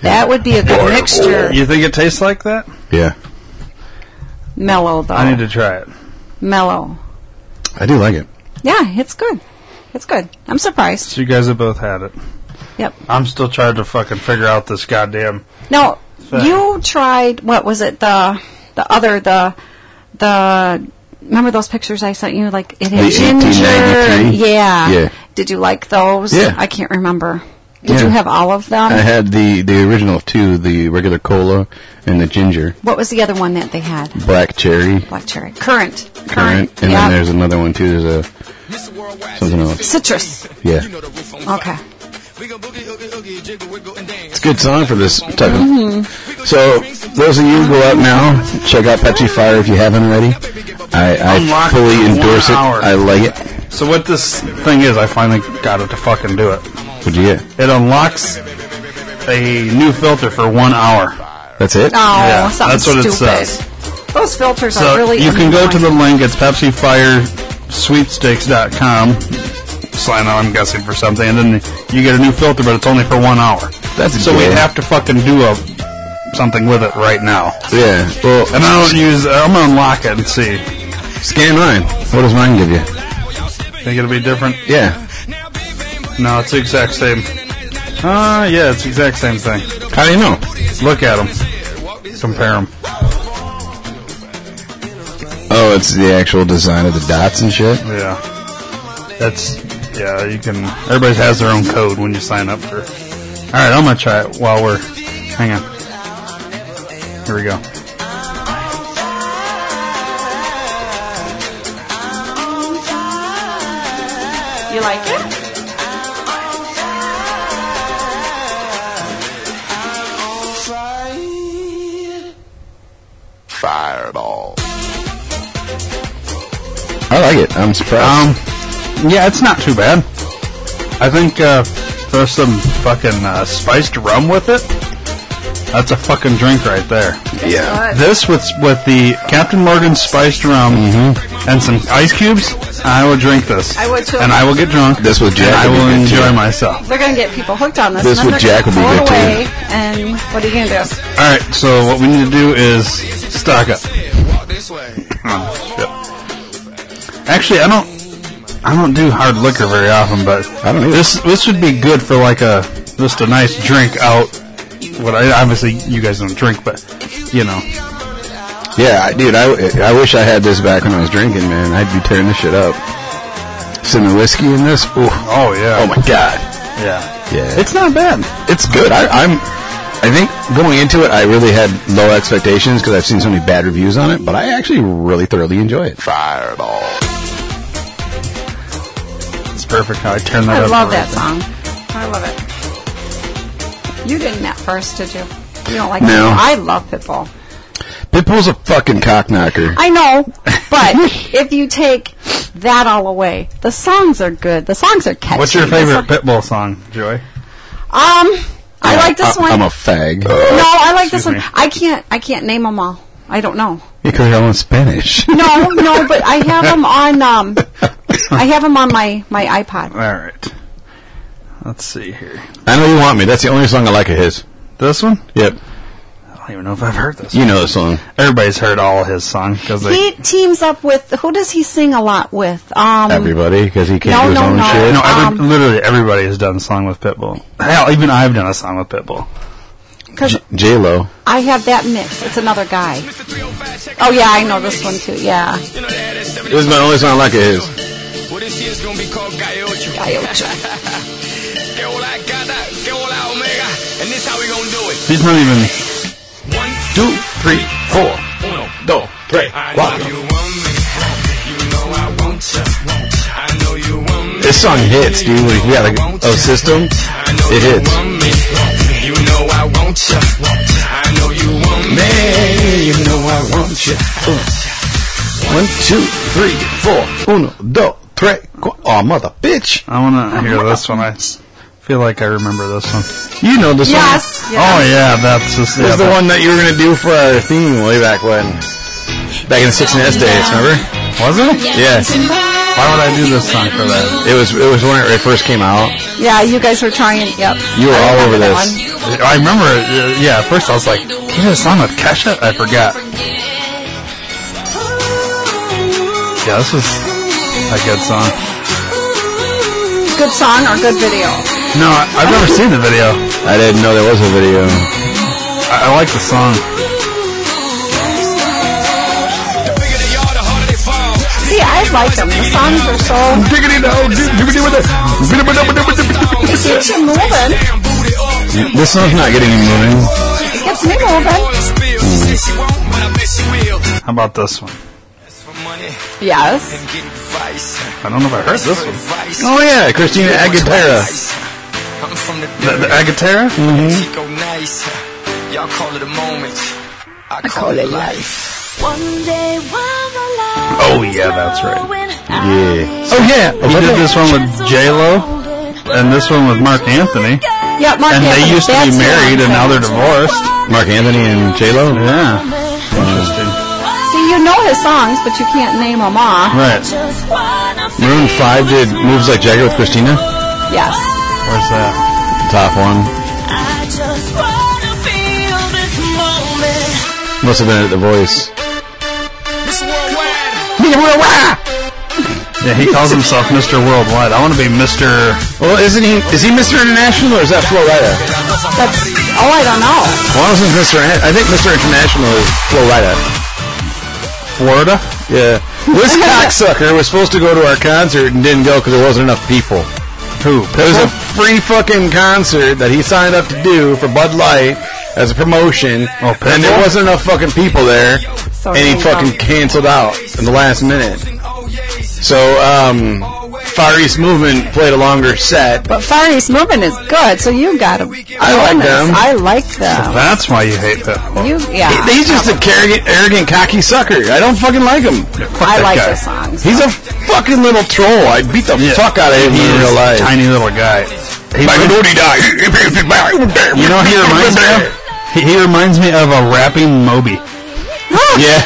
Speaker 3: That would be a good mixture.
Speaker 9: You think it tastes like that?
Speaker 2: Yeah,
Speaker 3: Mellow though.
Speaker 9: I need to try it.
Speaker 3: Mellow.
Speaker 2: I do like it.
Speaker 3: Yeah, it's good. It's good. I'm surprised.
Speaker 9: So you guys have both had it.
Speaker 3: Yep.
Speaker 9: I'm still trying to fucking figure out this goddamn.
Speaker 3: No,
Speaker 9: Fair.
Speaker 3: you tried. What was it? The the other the the. Remember those pictures I sent you? Like it had
Speaker 2: The
Speaker 3: ginger.
Speaker 2: 1893?
Speaker 3: Yeah.
Speaker 2: Yeah.
Speaker 3: Did you like those?
Speaker 2: Yeah.
Speaker 3: I can't remember. Did
Speaker 2: Yeah. Uh-huh.
Speaker 3: you have all of them?
Speaker 2: I had the the original too, the regular cola and the ginger,
Speaker 3: what was the other one that they had?
Speaker 2: black cherry,
Speaker 3: Black cherry. Currant.
Speaker 2: currant, and
Speaker 3: yeah.
Speaker 2: then there's another one too. There's a something else.
Speaker 3: citrus.
Speaker 2: Yeah,
Speaker 3: Okay.
Speaker 2: it's a good song for this type of. So those of you who go out now, check out Pepsi Fire if you haven't already. I, I
Speaker 9: Unlock
Speaker 2: fully
Speaker 9: one
Speaker 2: endorse it.
Speaker 9: hour.
Speaker 2: I like it.
Speaker 9: So what this thing is, I finally got it to fucking do it.
Speaker 2: What'd you get?
Speaker 9: It unlocks a new filter for one hour.
Speaker 2: That's it.
Speaker 3: Oh,
Speaker 9: Yeah,
Speaker 3: something
Speaker 9: that's what it
Speaker 3: stupid.
Speaker 9: says.
Speaker 3: Those filters
Speaker 9: So
Speaker 3: are really.
Speaker 9: you can go to the
Speaker 3: annoying.
Speaker 9: link. It's PepsiFireSweepstakes.com. Sign on, I'm guessing, for something, and then you get a new filter, but it's only for one hour.
Speaker 2: That's
Speaker 9: so we
Speaker 2: good.
Speaker 9: have to fucking do a something with it right now.
Speaker 2: Yeah. Well,
Speaker 9: And I don't use. I'm gonna unlock it and see.
Speaker 2: scan mine. What does mine give you?
Speaker 9: Think it'll be different?
Speaker 2: Yeah.
Speaker 9: No, it's the exact same. Ah, yeah, it's the exact same thing.
Speaker 2: How do you know?
Speaker 9: Look at them. Compare them.
Speaker 2: Oh, it's the actual design of the dots and shit.
Speaker 9: Yeah. That's yeah, you can everybody has their own code when you sign up for Alright, I'm gonna try it while we're hang on. Here we go.
Speaker 3: You like it?
Speaker 7: Fireball.
Speaker 2: I like it. I'm
Speaker 9: Um
Speaker 2: surprised.
Speaker 9: yeah, it's not too bad. I think uh throw some fucking uh, spiced rum with it. That's a fucking drink right there.
Speaker 2: yeah.
Speaker 9: This with with the Captain Morgan spiced rum
Speaker 2: Mm-hmm.
Speaker 9: and some ice cubes, I will drink this.
Speaker 3: I would too.
Speaker 9: And I will get drunk.
Speaker 2: This with Jack
Speaker 9: And I
Speaker 2: would be
Speaker 9: will
Speaker 2: good too.
Speaker 9: enjoy myself.
Speaker 3: They're going to get people hooked on this.
Speaker 2: This
Speaker 3: and
Speaker 2: with
Speaker 3: then they're
Speaker 2: Jack would be
Speaker 3: gonna
Speaker 2: good,
Speaker 3: throw it
Speaker 2: too.
Speaker 3: away, And what are you going to do?
Speaker 9: All right, so what we need to do is stock up. Actually, I don't, I don't do hard liquor very often, but
Speaker 2: I don't either.
Speaker 9: This this would be good for like a just a nice drink out. What I obviously you guys don't drink, but you know,
Speaker 2: Yeah, I- dude, I, I wish I had this back when I was drinking, man. I'd be tearing this shit up. Some whiskey in this? Ooh.
Speaker 9: oh yeah,
Speaker 2: Oh my god.
Speaker 9: yeah,
Speaker 2: Yeah.
Speaker 9: it's not bad.
Speaker 2: It's good. I, I'm. I think going into it, I really had low expectations because I've seen so many bad reviews on it, but I actually really thoroughly enjoy it.
Speaker 7: Fireball.
Speaker 9: It's perfect how I turn that
Speaker 3: I
Speaker 9: up.
Speaker 3: love
Speaker 9: for
Speaker 3: that
Speaker 9: everything.
Speaker 3: song. I love it. You didn't at first, did you? You don't like
Speaker 2: No.
Speaker 3: Pitbull. I love Pitbull.
Speaker 2: Pitbull's a fucking cock knocker.
Speaker 3: I know, but if you take that all away, the songs are good. The songs are catchy.
Speaker 9: What's your
Speaker 3: The
Speaker 9: favorite
Speaker 3: so-
Speaker 9: Pitbull song, Joy?
Speaker 3: Um, I like this
Speaker 2: I,
Speaker 3: one.
Speaker 2: I'm a fag.
Speaker 3: no, I like
Speaker 9: Excuse
Speaker 3: this one.
Speaker 9: me.
Speaker 3: I can't. I can't name them all. I don't know.
Speaker 2: You could yell in Spanish.
Speaker 3: No, no, but I have them on. Um, I have them on my my iPod.
Speaker 9: All right, let's see here.
Speaker 2: I know you want me. That's the only song I like of his.
Speaker 9: This one?
Speaker 2: Yep.
Speaker 9: I don't even know if I've heard this.
Speaker 2: You know the song.
Speaker 9: Everybody's heard all his songs because they
Speaker 3: He teams up with who does he sing a lot with? Um,
Speaker 2: Everybody, because he can't
Speaker 3: No,
Speaker 2: do his
Speaker 3: no,
Speaker 2: own
Speaker 3: no.
Speaker 2: shit.
Speaker 9: No, every,
Speaker 3: Um,
Speaker 9: literally everybody has done a song with Pitbull. Hell, even I've done a song with Pitbull.
Speaker 3: 'cause
Speaker 2: J Lo.
Speaker 3: I have that mix. It's another guy. Oh yeah, I know this one too. Yeah,
Speaker 2: This is my only song I like of his.
Speaker 9: He's not even.
Speaker 2: Two, three, four. Dos, Pray. Walk. This song hits, dude. When you got like a system, it hits. Man, you know I want you. One, two, three, four. Uno, dos, tres, cu- Oh, mother bitch.
Speaker 9: I want to hear this one. I s- feel like I remember this one.
Speaker 2: You know this one.
Speaker 3: Yes.
Speaker 9: Oh yeah, that's just,
Speaker 2: This
Speaker 9: yeah,
Speaker 2: is the
Speaker 9: that-
Speaker 2: one that you were going to do for our theme way back when. Back in the 6S days, remember?
Speaker 9: Was it?
Speaker 2: Yeah.
Speaker 9: Why would I do this song for that?
Speaker 2: It was it was when it first came out.
Speaker 3: Yeah, you guys were trying. Yep.
Speaker 2: You were all over
Speaker 3: that
Speaker 2: this.
Speaker 9: I remember. it, uh, Yeah, at first I was like, "Can you do a song with Kesha?" I forgot. Yeah, this is a good song.
Speaker 3: Good song or good video?
Speaker 9: No, I, I've never seen the video.
Speaker 2: I didn't know there was a video.
Speaker 9: I, I like the song.
Speaker 3: See, I like them. The songs are so. It gets you moving.
Speaker 2: This song's not getting me moving.
Speaker 3: It gets me moving.
Speaker 9: How about this one?
Speaker 3: Yes.
Speaker 9: I don't know if I heard this one.
Speaker 2: Oh yeah, Christina Aguilera.
Speaker 6: I'm from the
Speaker 9: The, the Aguilera?
Speaker 6: Chico Nice. Y'all call it a moment. I call it life.
Speaker 9: Oh yeah, that's right.
Speaker 2: Yeah.
Speaker 9: Oh yeah, he did this one with J Lo and this one with Mark Anthony,
Speaker 3: Yeah, Mark
Speaker 9: and they
Speaker 3: Anthony,
Speaker 9: used to be
Speaker 3: that's who I'm
Speaker 9: married, and now they're
Speaker 3: saying.
Speaker 9: divorced.
Speaker 2: Mark Anthony and J Lo.
Speaker 9: Yeah, interesting.
Speaker 3: See, you know his songs, but you can't name them off.
Speaker 9: Right,
Speaker 2: Maroon Five did moves like Jagger with Christina.
Speaker 3: Yes.
Speaker 9: where's that?
Speaker 2: Top one. Must have been at the voice.
Speaker 9: Yeah, he calls himself Mr. Worldwide. I want to be Mr.
Speaker 2: Well, isn't he? Is he Mr. International or is that Florida?
Speaker 3: That's. Oh, I don't know.
Speaker 2: Well, I was Mr. In- I think Mr. International is Florida.
Speaker 9: Florida.
Speaker 2: Yeah. This cocksucker was supposed to go to our concert and didn't go because there wasn't enough people.
Speaker 9: Who?
Speaker 2: There was a free fucking concert that he signed up to do for Bud Light as a promotion,
Speaker 9: Oh, Pitbull?
Speaker 2: and there wasn't enough fucking people there,
Speaker 3: So
Speaker 2: and
Speaker 3: there
Speaker 2: he
Speaker 3: you
Speaker 2: fucking
Speaker 3: go.
Speaker 2: canceled out in the last minute. So, um, Far East Movement played a longer set.
Speaker 3: But Far East Movement is good, so you got them.
Speaker 2: I like them.
Speaker 3: I like them.
Speaker 9: That's why you hate Pitbull.
Speaker 3: You, yeah.
Speaker 2: He's just a arrogant, arrogant, cocky sucker. I don't fucking like him.
Speaker 9: that
Speaker 3: I like
Speaker 9: guy.
Speaker 3: their songs.
Speaker 2: He's a fucking little troll. I beat the
Speaker 9: Yeah.
Speaker 2: fuck out of him
Speaker 9: He
Speaker 2: in
Speaker 9: is a
Speaker 2: real life.
Speaker 9: Tiny little guy. He,
Speaker 2: Ah, you
Speaker 9: you know, he reminds me of. He, he reminds me of a rapping Moby.
Speaker 2: Yeah.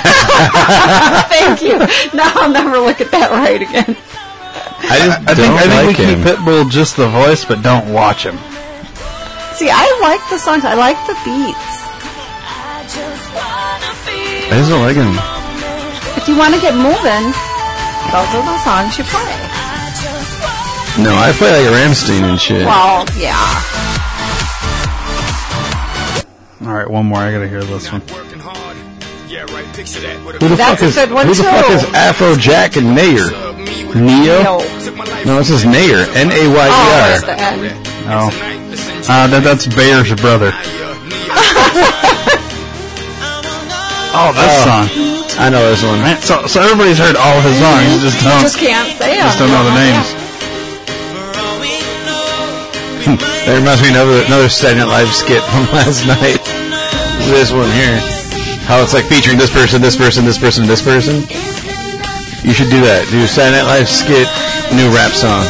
Speaker 3: Thank you. Now I'll never look at that right again.
Speaker 2: I just
Speaker 9: I think,
Speaker 2: don't
Speaker 9: I think
Speaker 2: like
Speaker 9: we
Speaker 2: him.
Speaker 9: keep Pitbull just the voice, but don't watch him.
Speaker 3: See, I like the songs. I like the beats.
Speaker 2: I just don't like him.
Speaker 3: If you want to get moving, those are the songs you play.
Speaker 2: No, I play like Ramstein and shit.
Speaker 3: Well, yeah.
Speaker 9: All right, one more. I gotta hear this one.
Speaker 6: Working hard. Yeah, right. Picture that. What
Speaker 2: Who the
Speaker 3: That's
Speaker 2: fuck
Speaker 3: a
Speaker 2: is
Speaker 3: good one,
Speaker 2: who the
Speaker 3: too.
Speaker 2: fuck is Afro Jack and Nayer?
Speaker 6: me with
Speaker 2: Neo?
Speaker 3: No.
Speaker 6: took my life
Speaker 2: No, this is Nayer. N A
Speaker 3: Oh,
Speaker 2: Y
Speaker 3: it's
Speaker 2: E R.
Speaker 3: the end.
Speaker 9: Oh,
Speaker 6: tonight. Listen to
Speaker 9: uh, that, that's Bayer's brother. Oh, this song.
Speaker 2: I know this one.
Speaker 9: Man, so, so everybody's heard all of his songs. You just don't,
Speaker 3: Just can't say
Speaker 9: just
Speaker 3: them.
Speaker 9: don't know the names.
Speaker 2: There reminds Hmm. me of another another Saturday Night Live skit from last night. This one here. How it's like featuring this person, this person, this person, this person. You should do that. Do Saturday Night Live skit, new rap song.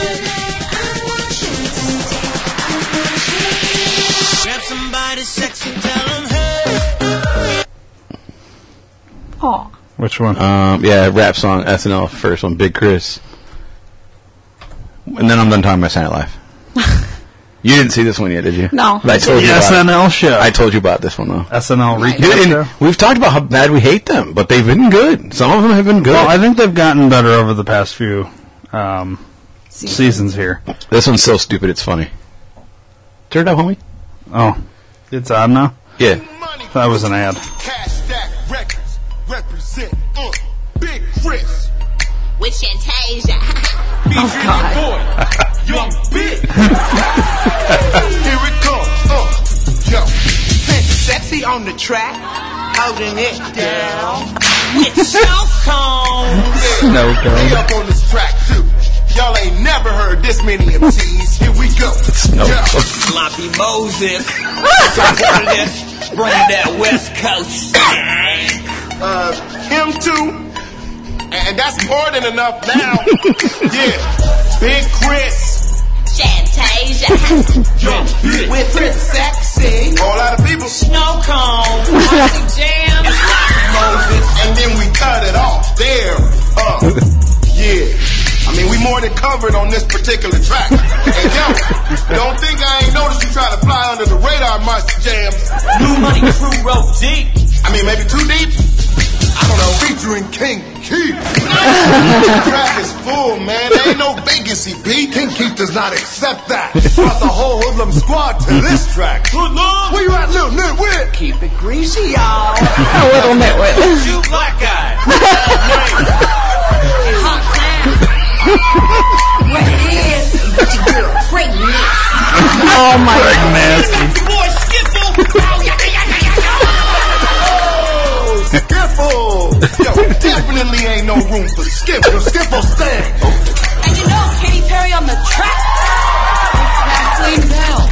Speaker 3: Oh.
Speaker 9: Which one?
Speaker 2: Um, yeah, rap song, SNL first one, Big Chris. And then I'm done talking about Saturday Night Live. you didn't see this one yet, did you?
Speaker 3: No.
Speaker 2: But I told you.
Speaker 9: The
Speaker 2: About it.
Speaker 9: SNL show.
Speaker 2: I told you about this one though.
Speaker 9: SNL
Speaker 2: You
Speaker 9: recap
Speaker 2: didn't-
Speaker 9: show.
Speaker 2: we've talked about how bad we hate them, but they've been good. Some of them have been good.
Speaker 9: Well, I think they've gotten better over the past few um, seasons here.
Speaker 2: this one's so stupid, it's funny. Turn it up, homie.
Speaker 9: Oh, it's on now.
Speaker 2: Yeah.
Speaker 9: That was an ad.
Speaker 7: Cash Stack Records represent uh, Big Chris.
Speaker 11: With Fantasia.
Speaker 7: Oh, God. Boy, young big. Here it comes. Uh, yo.
Speaker 6: Sexy on the track.
Speaker 5: holding it down. It's snow cone.
Speaker 12: Snow cone.
Speaker 7: They up on this track too. Y'all ain't never heard this many MCs. Here we go.
Speaker 12: Snow
Speaker 7: Yeah.
Speaker 12: cone.
Speaker 5: Sloppy Moses. Supported us. Bringing that West Coast.
Speaker 7: Uh, him too. And that's more than enough now. yeah. Big Chris.
Speaker 13: Shantasia.
Speaker 5: With Prince Sexy.
Speaker 7: All out of people.
Speaker 5: Snow cone. Aussie Jam.
Speaker 7: Moses. And then we cut it off. There. Uh, yeah. I mean, we more than covered on this particular track. And yo, don't think I ain't noticed you try to fly under the radar, Monster Jams.
Speaker 5: New Money Crew wrote deep.
Speaker 7: I mean, maybe too deep. I don't know. Featuring King Keith. the track is full, man. There ain't no vacancy, B. King Keith does not accept that. Brought the whole hoodlum squad to this track. Good lord. Where you at, little nitwit?
Speaker 5: Keep it greasy, y'all.
Speaker 7: little nitwit.
Speaker 5: You black guy.
Speaker 13: What it is, but you girl pregnant.
Speaker 12: Oh my
Speaker 5: Boy, Skiffle.
Speaker 7: Skiffle! Yo, definitely ain't no room for Skiffle. Skiffle stand.
Speaker 14: And you know Katy Perry on the track? Kathleen Bell.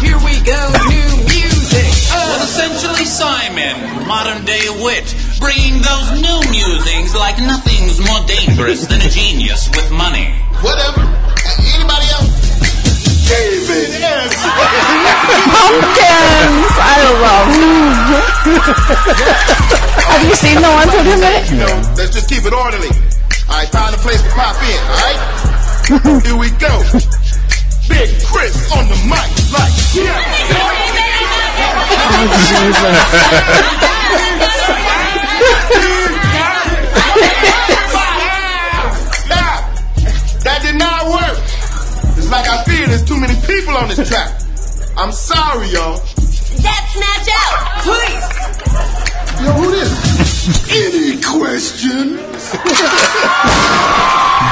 Speaker 5: Here we go, new music. Well, essentially Simon, modern day wit, bringing those new musings like nothing's more dangerous than a genius with money.
Speaker 7: Whatever. Anybody else? David S.
Speaker 3: Pumpkins! I love Have you seen the ones with him in it?
Speaker 7: You know, let's just keep it orderly. I found a place to pop in, alright? Here we go. Big Chris on the mic, like, Nah, that did not work. It's like I fear there's too many people on this track. I'm sorry, y'all.
Speaker 13: That's not out. Please.
Speaker 7: Yo, who this? Any questions?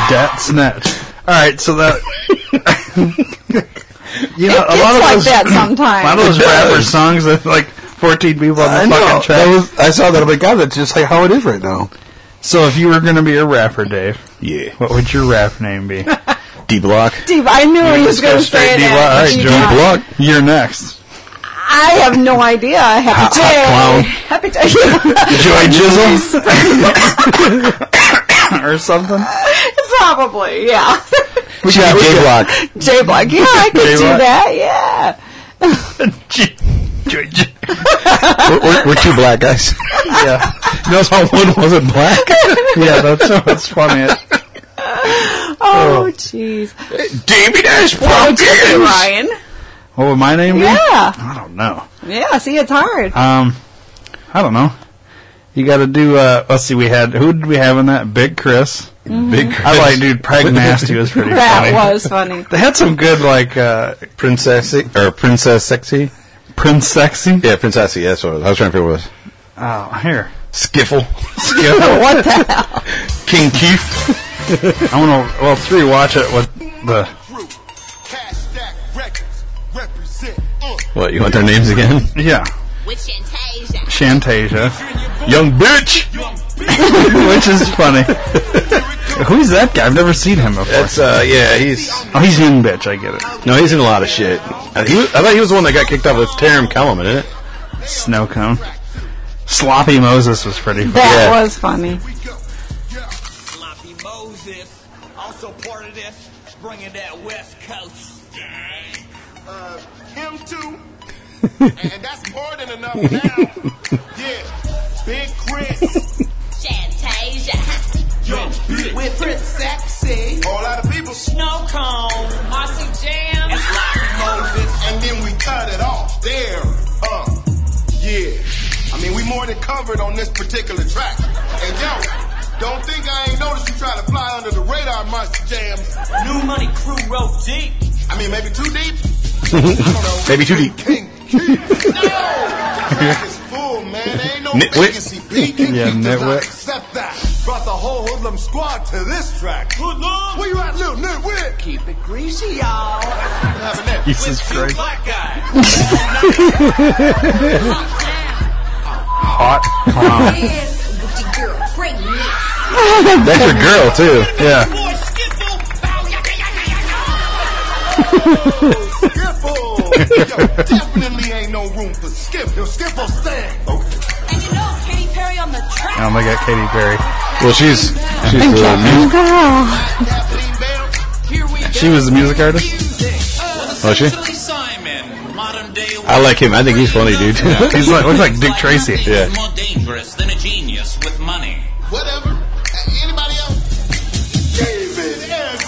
Speaker 9: Dat snatch. All right, so that you know
Speaker 3: It
Speaker 9: a
Speaker 3: gets
Speaker 9: lot of
Speaker 3: like
Speaker 9: those,
Speaker 3: that sometimes.
Speaker 9: A lot of those
Speaker 3: It does.
Speaker 9: rapper songs that like fourteen people on the
Speaker 12: I know.
Speaker 9: fucking track.
Speaker 12: That was- I saw that. I'm like, God, that's just like how it is right now.
Speaker 9: So if you were gonna be a rapper, Dave,
Speaker 2: yeah,
Speaker 9: what would your rap name be?
Speaker 2: D Block.
Speaker 3: Steve, I knew he was going to say
Speaker 9: D Block.
Speaker 3: that.
Speaker 9: All right,
Speaker 3: He
Speaker 9: Joe
Speaker 3: got-
Speaker 9: Block, you're next.
Speaker 3: I have no idea. Happy
Speaker 9: hot
Speaker 3: day.
Speaker 9: Ah, clown.
Speaker 3: Happy day.
Speaker 9: Joy Jizzle, or something.
Speaker 3: Probably, yeah.
Speaker 2: We should have J Block.
Speaker 3: J Block. Yeah, I could do
Speaker 2: J-Block.
Speaker 3: that. Yeah.
Speaker 2: We're, we're, we're two black guys.
Speaker 9: yeah.
Speaker 2: Notice how one wasn't black.
Speaker 9: yeah, that's that's funny.
Speaker 3: Oh, jeez.
Speaker 2: Davey Dash
Speaker 3: What would you be, Ryan?
Speaker 9: What would my name be?
Speaker 3: Yeah.
Speaker 9: I don't know.
Speaker 3: Yeah, see, it's hard.
Speaker 9: Um, I don't know. You got to do. Uh, let's see. We had who did we have in that? Big Chris.
Speaker 3: Mhm. Big
Speaker 9: I
Speaker 2: Chris.
Speaker 9: like dude. Preg Mm-hmm. Nasty was pretty
Speaker 3: that
Speaker 9: funny.
Speaker 3: was funny.
Speaker 9: They had some good like uh,
Speaker 2: Princess or Princess Sexy.
Speaker 9: Prince Sexy.
Speaker 2: Yeah, Prince Sexy. That's what it was. I was trying to figure out what it
Speaker 9: Oh, here.
Speaker 2: was. Skiffle.
Speaker 9: Skiffle.
Speaker 3: what the hell?
Speaker 2: King Keith.
Speaker 9: I want to. Well, three. Watch it. What the?
Speaker 2: What you want their names again?
Speaker 9: Yeah.
Speaker 13: With Shantasia.
Speaker 9: Shantasia,
Speaker 2: Young bitch.
Speaker 9: which is funny. Who's that guy? I've never seen him before.
Speaker 2: That's uh, yeah. He's
Speaker 9: oh, he's young bitch. I get it.
Speaker 2: no, he's in a lot of shit. I, he, was- I thought he was the one that got kicked off with Taram Kellum, isn't it?
Speaker 9: Snow cone. Sloppy Moses was pretty. Funny.
Speaker 3: That
Speaker 2: Yeah.
Speaker 3: was funny.
Speaker 5: Sloppy Moses, also part of this, bringing that West Coast.
Speaker 7: Uh, him too. and that's more than enough now. Yeah. Big Chris.
Speaker 13: Shantasia.
Speaker 5: With Prince Sexy,
Speaker 7: All out of people.
Speaker 5: Snow Cone, Aussie Jam, and Sloppy Moses.
Speaker 7: And then we cut it off. There. Uh. Yeah. I mean, we more than covered on this particular track. And yo, don't think I ain't noticed you try to fly under the radar, Monster Jams.
Speaker 5: New Money Crew wrote deep.
Speaker 7: I mean, maybe too deep.
Speaker 2: Maybe too deep.
Speaker 7: Track is full, man. There ain't no
Speaker 2: Nitwit.
Speaker 7: vacancy. P. King
Speaker 9: Yeah,
Speaker 7: Keith does not
Speaker 9: nitwit.
Speaker 7: accept that. Brought the whole hoodlum squad to this track. Hoodlum! Where you at, little nitwit? Keep it greasy, y'all. Having that
Speaker 9: Jesus
Speaker 7: with two
Speaker 9: Christ.
Speaker 7: black guys.
Speaker 9: Hot clown.
Speaker 11: Yes, with your girl, pregnant.
Speaker 2: That's your girl too.
Speaker 9: Yeah.
Speaker 7: Skiffle! Yo, definitely ain't no room for Skiff. Yo, Skiffle stand.
Speaker 15: Katy Perry on the track.
Speaker 9: Oh my God, Katy Perry.
Speaker 2: Well, she's she's
Speaker 9: Thank
Speaker 2: the
Speaker 9: you.
Speaker 2: music.
Speaker 9: She was the music artist.
Speaker 2: Oh, she. I like him. I think he's funny, dude.
Speaker 9: Yeah. He's like- looks like Dick Tracy.
Speaker 2: Yeah.
Speaker 16: More dangerous than a genius with money.
Speaker 7: Whatever. Uh, Anybody else? David S.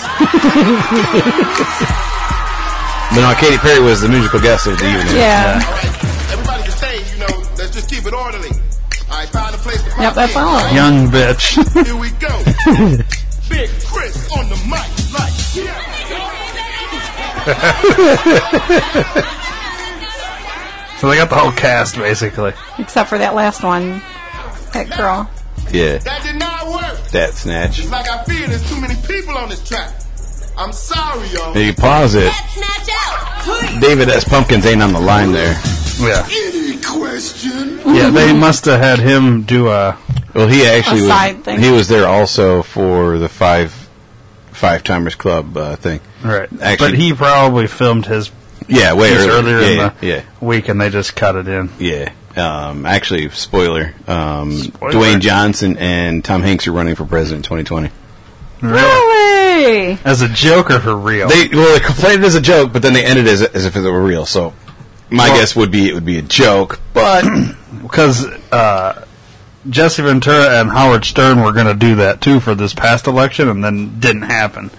Speaker 2: But no, Katy Perry was the musical guest of the evening.
Speaker 7: Everybody can stay, you know, let's just keep it orderly. All right, find a place to
Speaker 17: Yep, that's all.
Speaker 7: pop in.
Speaker 9: Young bitch.
Speaker 7: Here we go. Big Chris on the mic, like, yeah.
Speaker 9: so they got the whole cast basically.
Speaker 17: Except for that last one. That girl.
Speaker 2: Yeah.
Speaker 7: That did not work.
Speaker 2: That snatch.
Speaker 7: It's like I fear there's too many people on this track. I'm sorry, y'all.
Speaker 2: Hey, pause it. David S. Pumpkins ain't on the line there.
Speaker 9: Yeah.
Speaker 7: Any question?
Speaker 9: Yeah, they must have had him do a.
Speaker 2: Well, he actually
Speaker 7: A side
Speaker 2: was.
Speaker 7: thing.
Speaker 2: He was there also for the five five timers club uh, thing.
Speaker 9: Right.
Speaker 2: Actually-
Speaker 9: but he probably filmed his.
Speaker 2: Yeah, way
Speaker 9: his
Speaker 2: earlier.
Speaker 9: earlier in
Speaker 2: Yeah,
Speaker 9: the week, and they just cut it in.
Speaker 2: Yeah. Um, actually, spoiler, um,
Speaker 9: Spoiler.
Speaker 2: Dwayne Johnson and Tom Hanks are running for president in 2020.
Speaker 17: Really?
Speaker 9: As a joke or for real?
Speaker 2: They well, they complained it as a joke, but then they ended it as, as if it were real. So, my
Speaker 9: Well-
Speaker 2: guess would be it would be a joke, but
Speaker 9: because uh, Jesse Ventura and Howard Stern were going to do that too for this past election, and then didn't happen.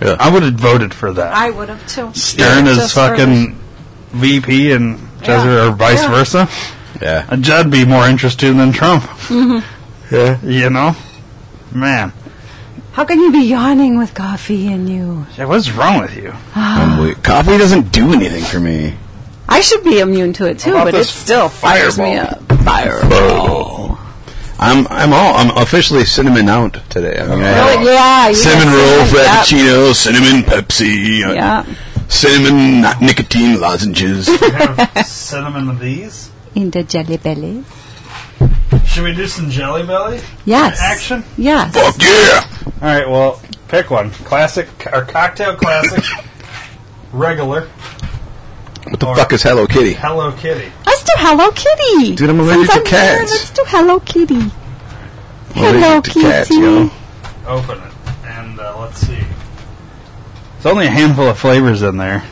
Speaker 9: I would have voted for that.
Speaker 17: I would have too.
Speaker 9: Stern is
Speaker 17: Just for
Speaker 9: fucking VP, and Jesse
Speaker 17: Yeah.
Speaker 9: or vice
Speaker 17: Yeah.
Speaker 9: versa.
Speaker 2: Yeah,
Speaker 9: I'd I'd be more interested than Trump.
Speaker 17: Mhm.
Speaker 9: Yeah, you know, man,
Speaker 17: How can you be yawning with coffee in you?
Speaker 9: yeah, what's wrong with you?
Speaker 2: I'm weak. coffee doesn't do anything for me.
Speaker 17: I should be immune to it too,
Speaker 9: How about
Speaker 17: but it
Speaker 9: this
Speaker 17: still fires me up.
Speaker 2: Fireball.
Speaker 7: Oh.
Speaker 2: I'm I'm all I'm officially cinnamon out today. I mean, I had
Speaker 17: Really? Yeah. you got
Speaker 2: cinnamon roll,
Speaker 17: cinnamon, yep.
Speaker 2: frappuccino, cinnamon Pepsi, uh,
Speaker 17: Yeah.
Speaker 2: cinnamon not nicotine lozenges.
Speaker 9: Cinnamon of these.
Speaker 17: In the jelly belly.
Speaker 9: Should we do some Jelly Belly?
Speaker 17: Yes.
Speaker 9: Action?
Speaker 17: Yes.
Speaker 2: Fuck yeah!
Speaker 9: All right, well, pick one. Classic or cocktail classic, regular,
Speaker 2: What the fuck is Hello Kitty?
Speaker 9: Hello Kitty.
Speaker 17: Let's do Hello Kitty.
Speaker 2: Dude, I'm
Speaker 17: Since
Speaker 2: allergic to
Speaker 17: I'm here,
Speaker 2: cats.
Speaker 17: let's do Hello Kitty. Hello
Speaker 2: Allergic to
Speaker 17: Kitty.
Speaker 2: cats, yo.
Speaker 9: Open it and uh, let's see. There's only a handful of flavors in there.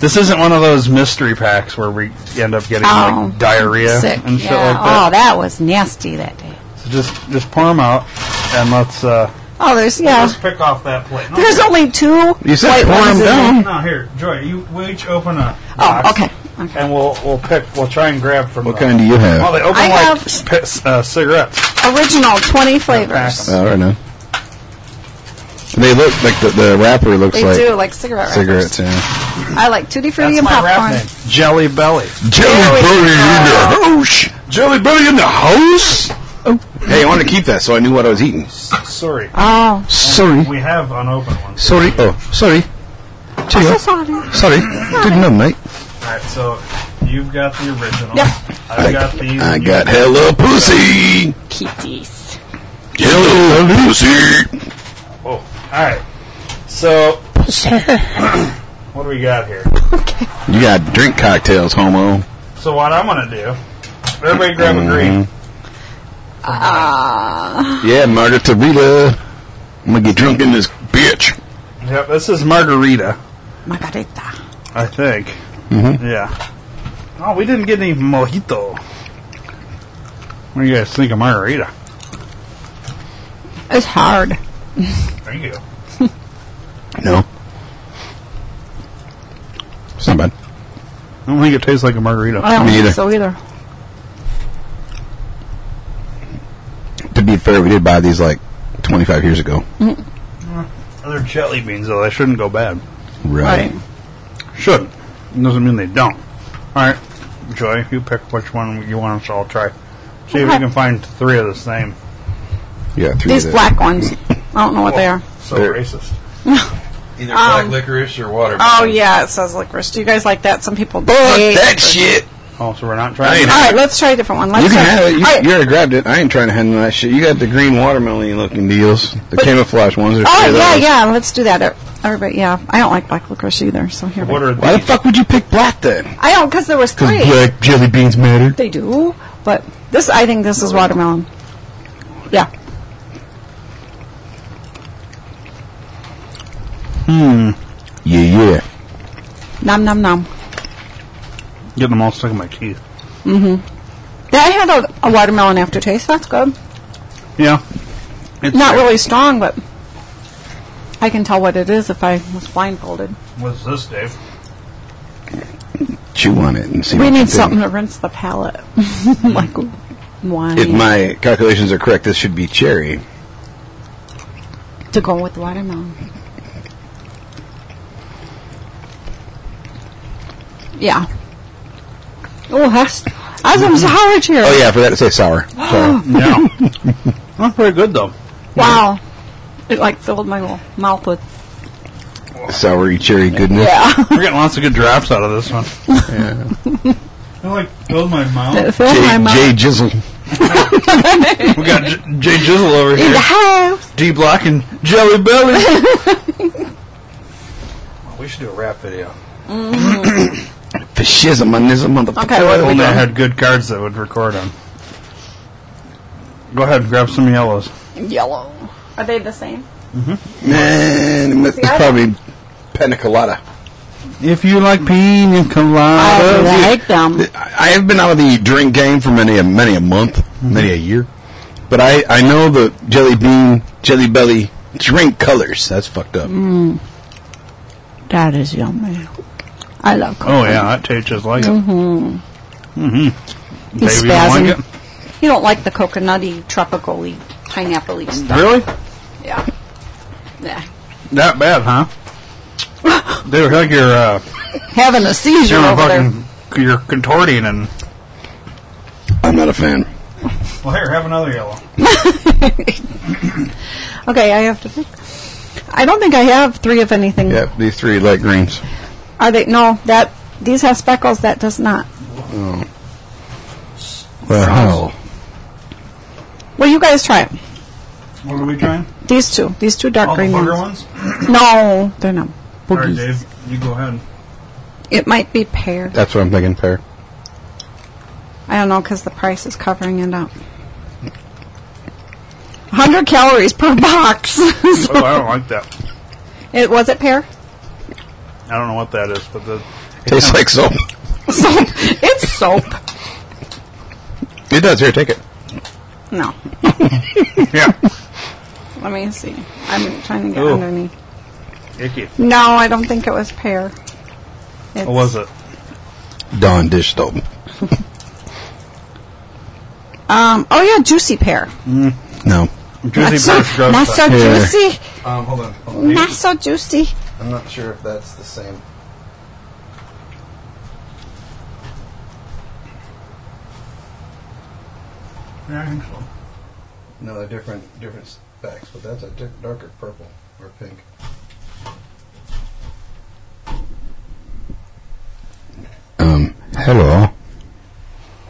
Speaker 9: This isn't one of those mystery packs where we end up getting
Speaker 17: Oh,
Speaker 9: like diarrhea
Speaker 17: Sick.
Speaker 9: and shit
Speaker 17: yeah.
Speaker 9: like that.
Speaker 17: Oh, that was nasty that day.
Speaker 9: So just just pour them out and let's uh,
Speaker 17: Oh, there's yeah.
Speaker 9: just pick off that plate. No,
Speaker 17: There's
Speaker 9: here.
Speaker 17: only two.
Speaker 2: You
Speaker 17: white
Speaker 2: said pour
Speaker 17: ones
Speaker 2: 'em
Speaker 17: in
Speaker 2: down.
Speaker 17: there.
Speaker 9: No, here, Joy, you we each open a
Speaker 17: Oh,
Speaker 9: box,
Speaker 17: okay.
Speaker 9: and we'll we'll pick. We'll try and grab from.
Speaker 2: What
Speaker 9: the-
Speaker 2: kind do you have?
Speaker 9: Well, they open
Speaker 17: I
Speaker 9: like
Speaker 17: have-
Speaker 9: s- pi- s- uh, cigarettes.
Speaker 17: Original twenty flavors.
Speaker 2: I don't know. They look like the, the wrapper looks
Speaker 17: They
Speaker 2: like
Speaker 17: do like cigarette wrappers.
Speaker 2: cigarettes. Yeah.
Speaker 17: I like tutti frutti and popcorn.
Speaker 9: Jelly Belly.
Speaker 2: Mm. Jelly belly in the house.
Speaker 9: Jelly Belly in the house.
Speaker 2: Hey, I wanted to keep that so I knew what I was eating.
Speaker 9: Sorry.
Speaker 17: Oh,
Speaker 2: Sorry,
Speaker 9: We have unopened ones.
Speaker 2: sorry. Oh, sorry. Cheerio.
Speaker 17: so sorry.
Speaker 2: Sorry, didn't know, mate.
Speaker 9: Alright, so you've got the original.
Speaker 17: Yep.
Speaker 9: I've got these.
Speaker 2: I
Speaker 9: and
Speaker 2: got
Speaker 9: you've
Speaker 2: hello pussy.
Speaker 17: Kitties.
Speaker 2: Hello pussy.
Speaker 9: Oh, alright. So, what do we got here?
Speaker 2: You got drink cocktails, homo.
Speaker 9: So, what I'm going to do, everybody grab a green.
Speaker 2: Mm-hmm. Yeah, margarita. I'm gonna get drunk in this bitch.
Speaker 9: Yep, this is margarita,
Speaker 17: Margarita.
Speaker 9: I think.
Speaker 2: Mm-hmm.
Speaker 9: Yeah. Oh, we didn't get any mojito. What do you guys think of margarita?
Speaker 17: It's hard.
Speaker 9: There you go.
Speaker 2: No, it's not bad.
Speaker 9: I don't think it tastes like a margarita.
Speaker 17: I don't
Speaker 2: Me
Speaker 17: think
Speaker 2: either.
Speaker 17: so either.
Speaker 2: To be fair, we did buy these like 25 years ago.
Speaker 9: They're jelly beans, though. They shouldn't go bad.
Speaker 2: Right.
Speaker 9: Shouldn't. Doesn't mean they don't. Alright, Joy, you pick which one you want us to all try. See if you
Speaker 17: Okay.
Speaker 9: can find three of the same.
Speaker 2: Yeah, three
Speaker 3: These
Speaker 2: of those.
Speaker 3: black ones. I don't know what they are.
Speaker 9: So racist.
Speaker 2: Either
Speaker 3: black Um,
Speaker 2: licorice or water.
Speaker 3: Oh yeah, it says licorice. Do you guys like that? Some people
Speaker 2: Fuck
Speaker 3: hate
Speaker 2: that
Speaker 3: licorice.
Speaker 2: shit.
Speaker 9: Oh, so we're not
Speaker 2: I
Speaker 9: trying.
Speaker 2: ain't
Speaker 3: All right, let's try a different one. Let's
Speaker 2: you can
Speaker 3: try.
Speaker 2: have it. You,
Speaker 3: All right.
Speaker 2: you already grabbed it. I ain't trying to handle that shit. You got the green watermelon looking deals, the camouflage ones. There's three
Speaker 3: Oh
Speaker 2: of
Speaker 3: yeah,
Speaker 2: those.
Speaker 3: yeah. Let's do that. Everybody, yeah. I don't like black licorice either. So here. we
Speaker 9: are
Speaker 2: Why the fuck would you pick black then?
Speaker 3: I don't because there was three.
Speaker 1: Because black jelly beans matter.
Speaker 3: They do, but this I think this is watermelon. Yeah.
Speaker 9: Hmm.
Speaker 2: Yeah, yeah.
Speaker 3: Nom nom nom.
Speaker 9: Getting them all stuck in my teeth.
Speaker 3: Mhm. Yeah, I had a, a watermelon aftertaste. That's good.
Speaker 9: Yeah. It's
Speaker 3: Not really strong, but I can tell what it is if I was blindfolded.
Speaker 9: What's this, Dave?
Speaker 2: Chew on it and see.
Speaker 3: we
Speaker 2: what you
Speaker 3: need
Speaker 2: think.
Speaker 3: something to rinse the palate. like wine.
Speaker 2: If my calculations are correct, this should be cherry.
Speaker 3: to go with watermelon. Yeah. Oh, that's that's some sour cherry.
Speaker 2: Oh yeah, I forgot to say sour. Sorry.
Speaker 9: Yeah. That's pretty good though.
Speaker 3: Wow. It like filled my whole mouth with.
Speaker 2: Soury cherry goodness.
Speaker 3: Yeah.
Speaker 9: We're getting lots of good drafts out of this one.
Speaker 2: Yeah.
Speaker 9: I like filled my
Speaker 3: It
Speaker 9: mouth.
Speaker 3: filled my mouth.
Speaker 2: J, J Jizzle.
Speaker 9: we got J- Jay Jizzle over
Speaker 3: In
Speaker 9: here.
Speaker 3: the house.
Speaker 9: D Block and Jelly Belly. Oh, we should do a rap video.
Speaker 2: Fascism on this motherfucker.
Speaker 3: Okay, what
Speaker 9: If
Speaker 3: do we
Speaker 9: only I
Speaker 3: do?
Speaker 9: had good cards that would record them. Go ahead, grab some yellows.
Speaker 3: Yellow. Are they the same?
Speaker 2: Man, it's
Speaker 3: See, I
Speaker 2: probably pina colada.
Speaker 9: If you like pina
Speaker 3: I
Speaker 9: coladas,
Speaker 3: like them.
Speaker 2: I I have been out of the drink game for many a many a month, many a year, but I I know the jelly bean jelly belly drink colors. That's fucked up.
Speaker 3: Mm. That is yummy. I love coffee.
Speaker 9: oh yeah, that tastes just like it.
Speaker 3: Mm-hmm.
Speaker 9: Mm-hmm.
Speaker 3: He's
Speaker 9: Baby, you like
Speaker 3: spazzing.
Speaker 9: it?
Speaker 3: You don't like the coconutty, tropical-y, pineapple-y stuff.
Speaker 9: Really?
Speaker 3: Yeah. Yeah.
Speaker 9: That bad, huh? they were like your uh,
Speaker 3: Having a seizure
Speaker 9: You're
Speaker 3: over there.
Speaker 9: fucking, you're contorting and.
Speaker 2: I'm not a fan.
Speaker 9: Well, here, have another yellow.
Speaker 3: Okay, I have to pick. I don't think I have three of anything.
Speaker 2: Yep, these three light greens.
Speaker 3: Are they? No, that these have speckles. That does not.
Speaker 2: Oh. Well, oh. hell.
Speaker 3: Well, you guys try it.
Speaker 9: What are we trying?
Speaker 3: These two. These two dark
Speaker 9: All the
Speaker 3: green
Speaker 9: booger
Speaker 3: ones.
Speaker 9: ones?
Speaker 3: No, they're not.
Speaker 9: All right, Dave, you go ahead.
Speaker 3: It might be pear.
Speaker 2: that's what I'm thinking. Pear.
Speaker 3: I don't know because the price is covering it up. 100 calories per box. So-
Speaker 9: Oh, I don't like that.
Speaker 3: it was it pear?
Speaker 9: I don't know what that is, but the
Speaker 2: Tastes like soap.
Speaker 3: Soap. It's soap.
Speaker 2: It does. Here, take it.
Speaker 3: No.
Speaker 9: yeah,
Speaker 3: Let me see. I'm trying to get
Speaker 9: Ooh.
Speaker 3: underneath.
Speaker 9: icky.
Speaker 3: No, I don't think it was pear. It's,
Speaker 9: What was it?
Speaker 2: Dawn dish soap.
Speaker 3: Um. Oh yeah, juicy pear.
Speaker 2: No.
Speaker 9: Juicy
Speaker 3: not so,
Speaker 9: Pear's drug
Speaker 3: not so
Speaker 9: stuff.
Speaker 2: Yeah.
Speaker 3: juicy.
Speaker 2: Um, hold on.
Speaker 3: Not so juicy.
Speaker 2: I'm not sure if that's the same.
Speaker 9: Yeah, I think so.
Speaker 2: No, they're different different specs, but that's a darker purple or pink. Um, hello.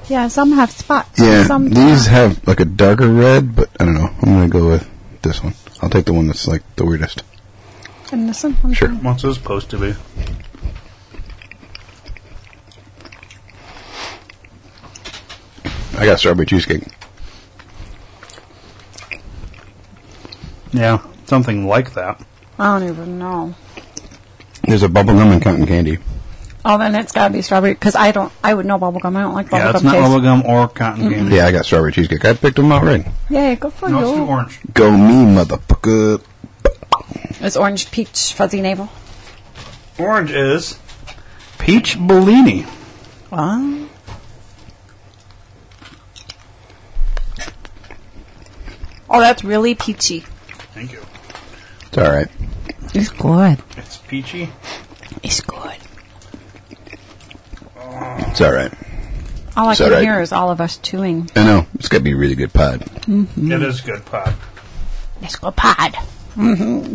Speaker 3: Yeah, some have spots.
Speaker 2: Yeah,
Speaker 3: Some
Speaker 2: these have like a darker red, but I don't know. I'm gonna go with this one. I'll take the one that's like the weirdest.
Speaker 3: And this one.
Speaker 2: Sure.
Speaker 9: What's this supposed to be?
Speaker 2: I got strawberry cheesecake.
Speaker 9: Yeah, something like that.
Speaker 3: I don't even know.
Speaker 2: There's a bubblegum and cotton candy.
Speaker 3: Oh, then it's gotta be strawberry because I don't. I would know bubblegum. I don't like
Speaker 9: yeah,
Speaker 3: bubblegum
Speaker 9: it's not
Speaker 3: taste.
Speaker 9: bubblegum or cotton candy.
Speaker 2: Yeah, I got strawberry cheesecake. I picked them out right.
Speaker 3: Yeah, go for
Speaker 9: No, it's too
Speaker 3: you.
Speaker 9: orange.
Speaker 2: Go me, motherfucker.
Speaker 3: It's orange, peach, fuzzy navel.
Speaker 9: Orange is peach Bellini.
Speaker 3: Wow. Oh, that's really peachy.
Speaker 9: Thank you.
Speaker 2: It's all right.
Speaker 3: It's good.
Speaker 9: It's peachy.
Speaker 3: It's good.
Speaker 2: It's all right.
Speaker 3: All I
Speaker 2: It's
Speaker 3: can
Speaker 2: alright.
Speaker 3: hear is all of us chewing. Mm.
Speaker 2: I know it's gonna be a really good pod.
Speaker 9: It is good pop.
Speaker 3: Let's go pod. Mm-hmm.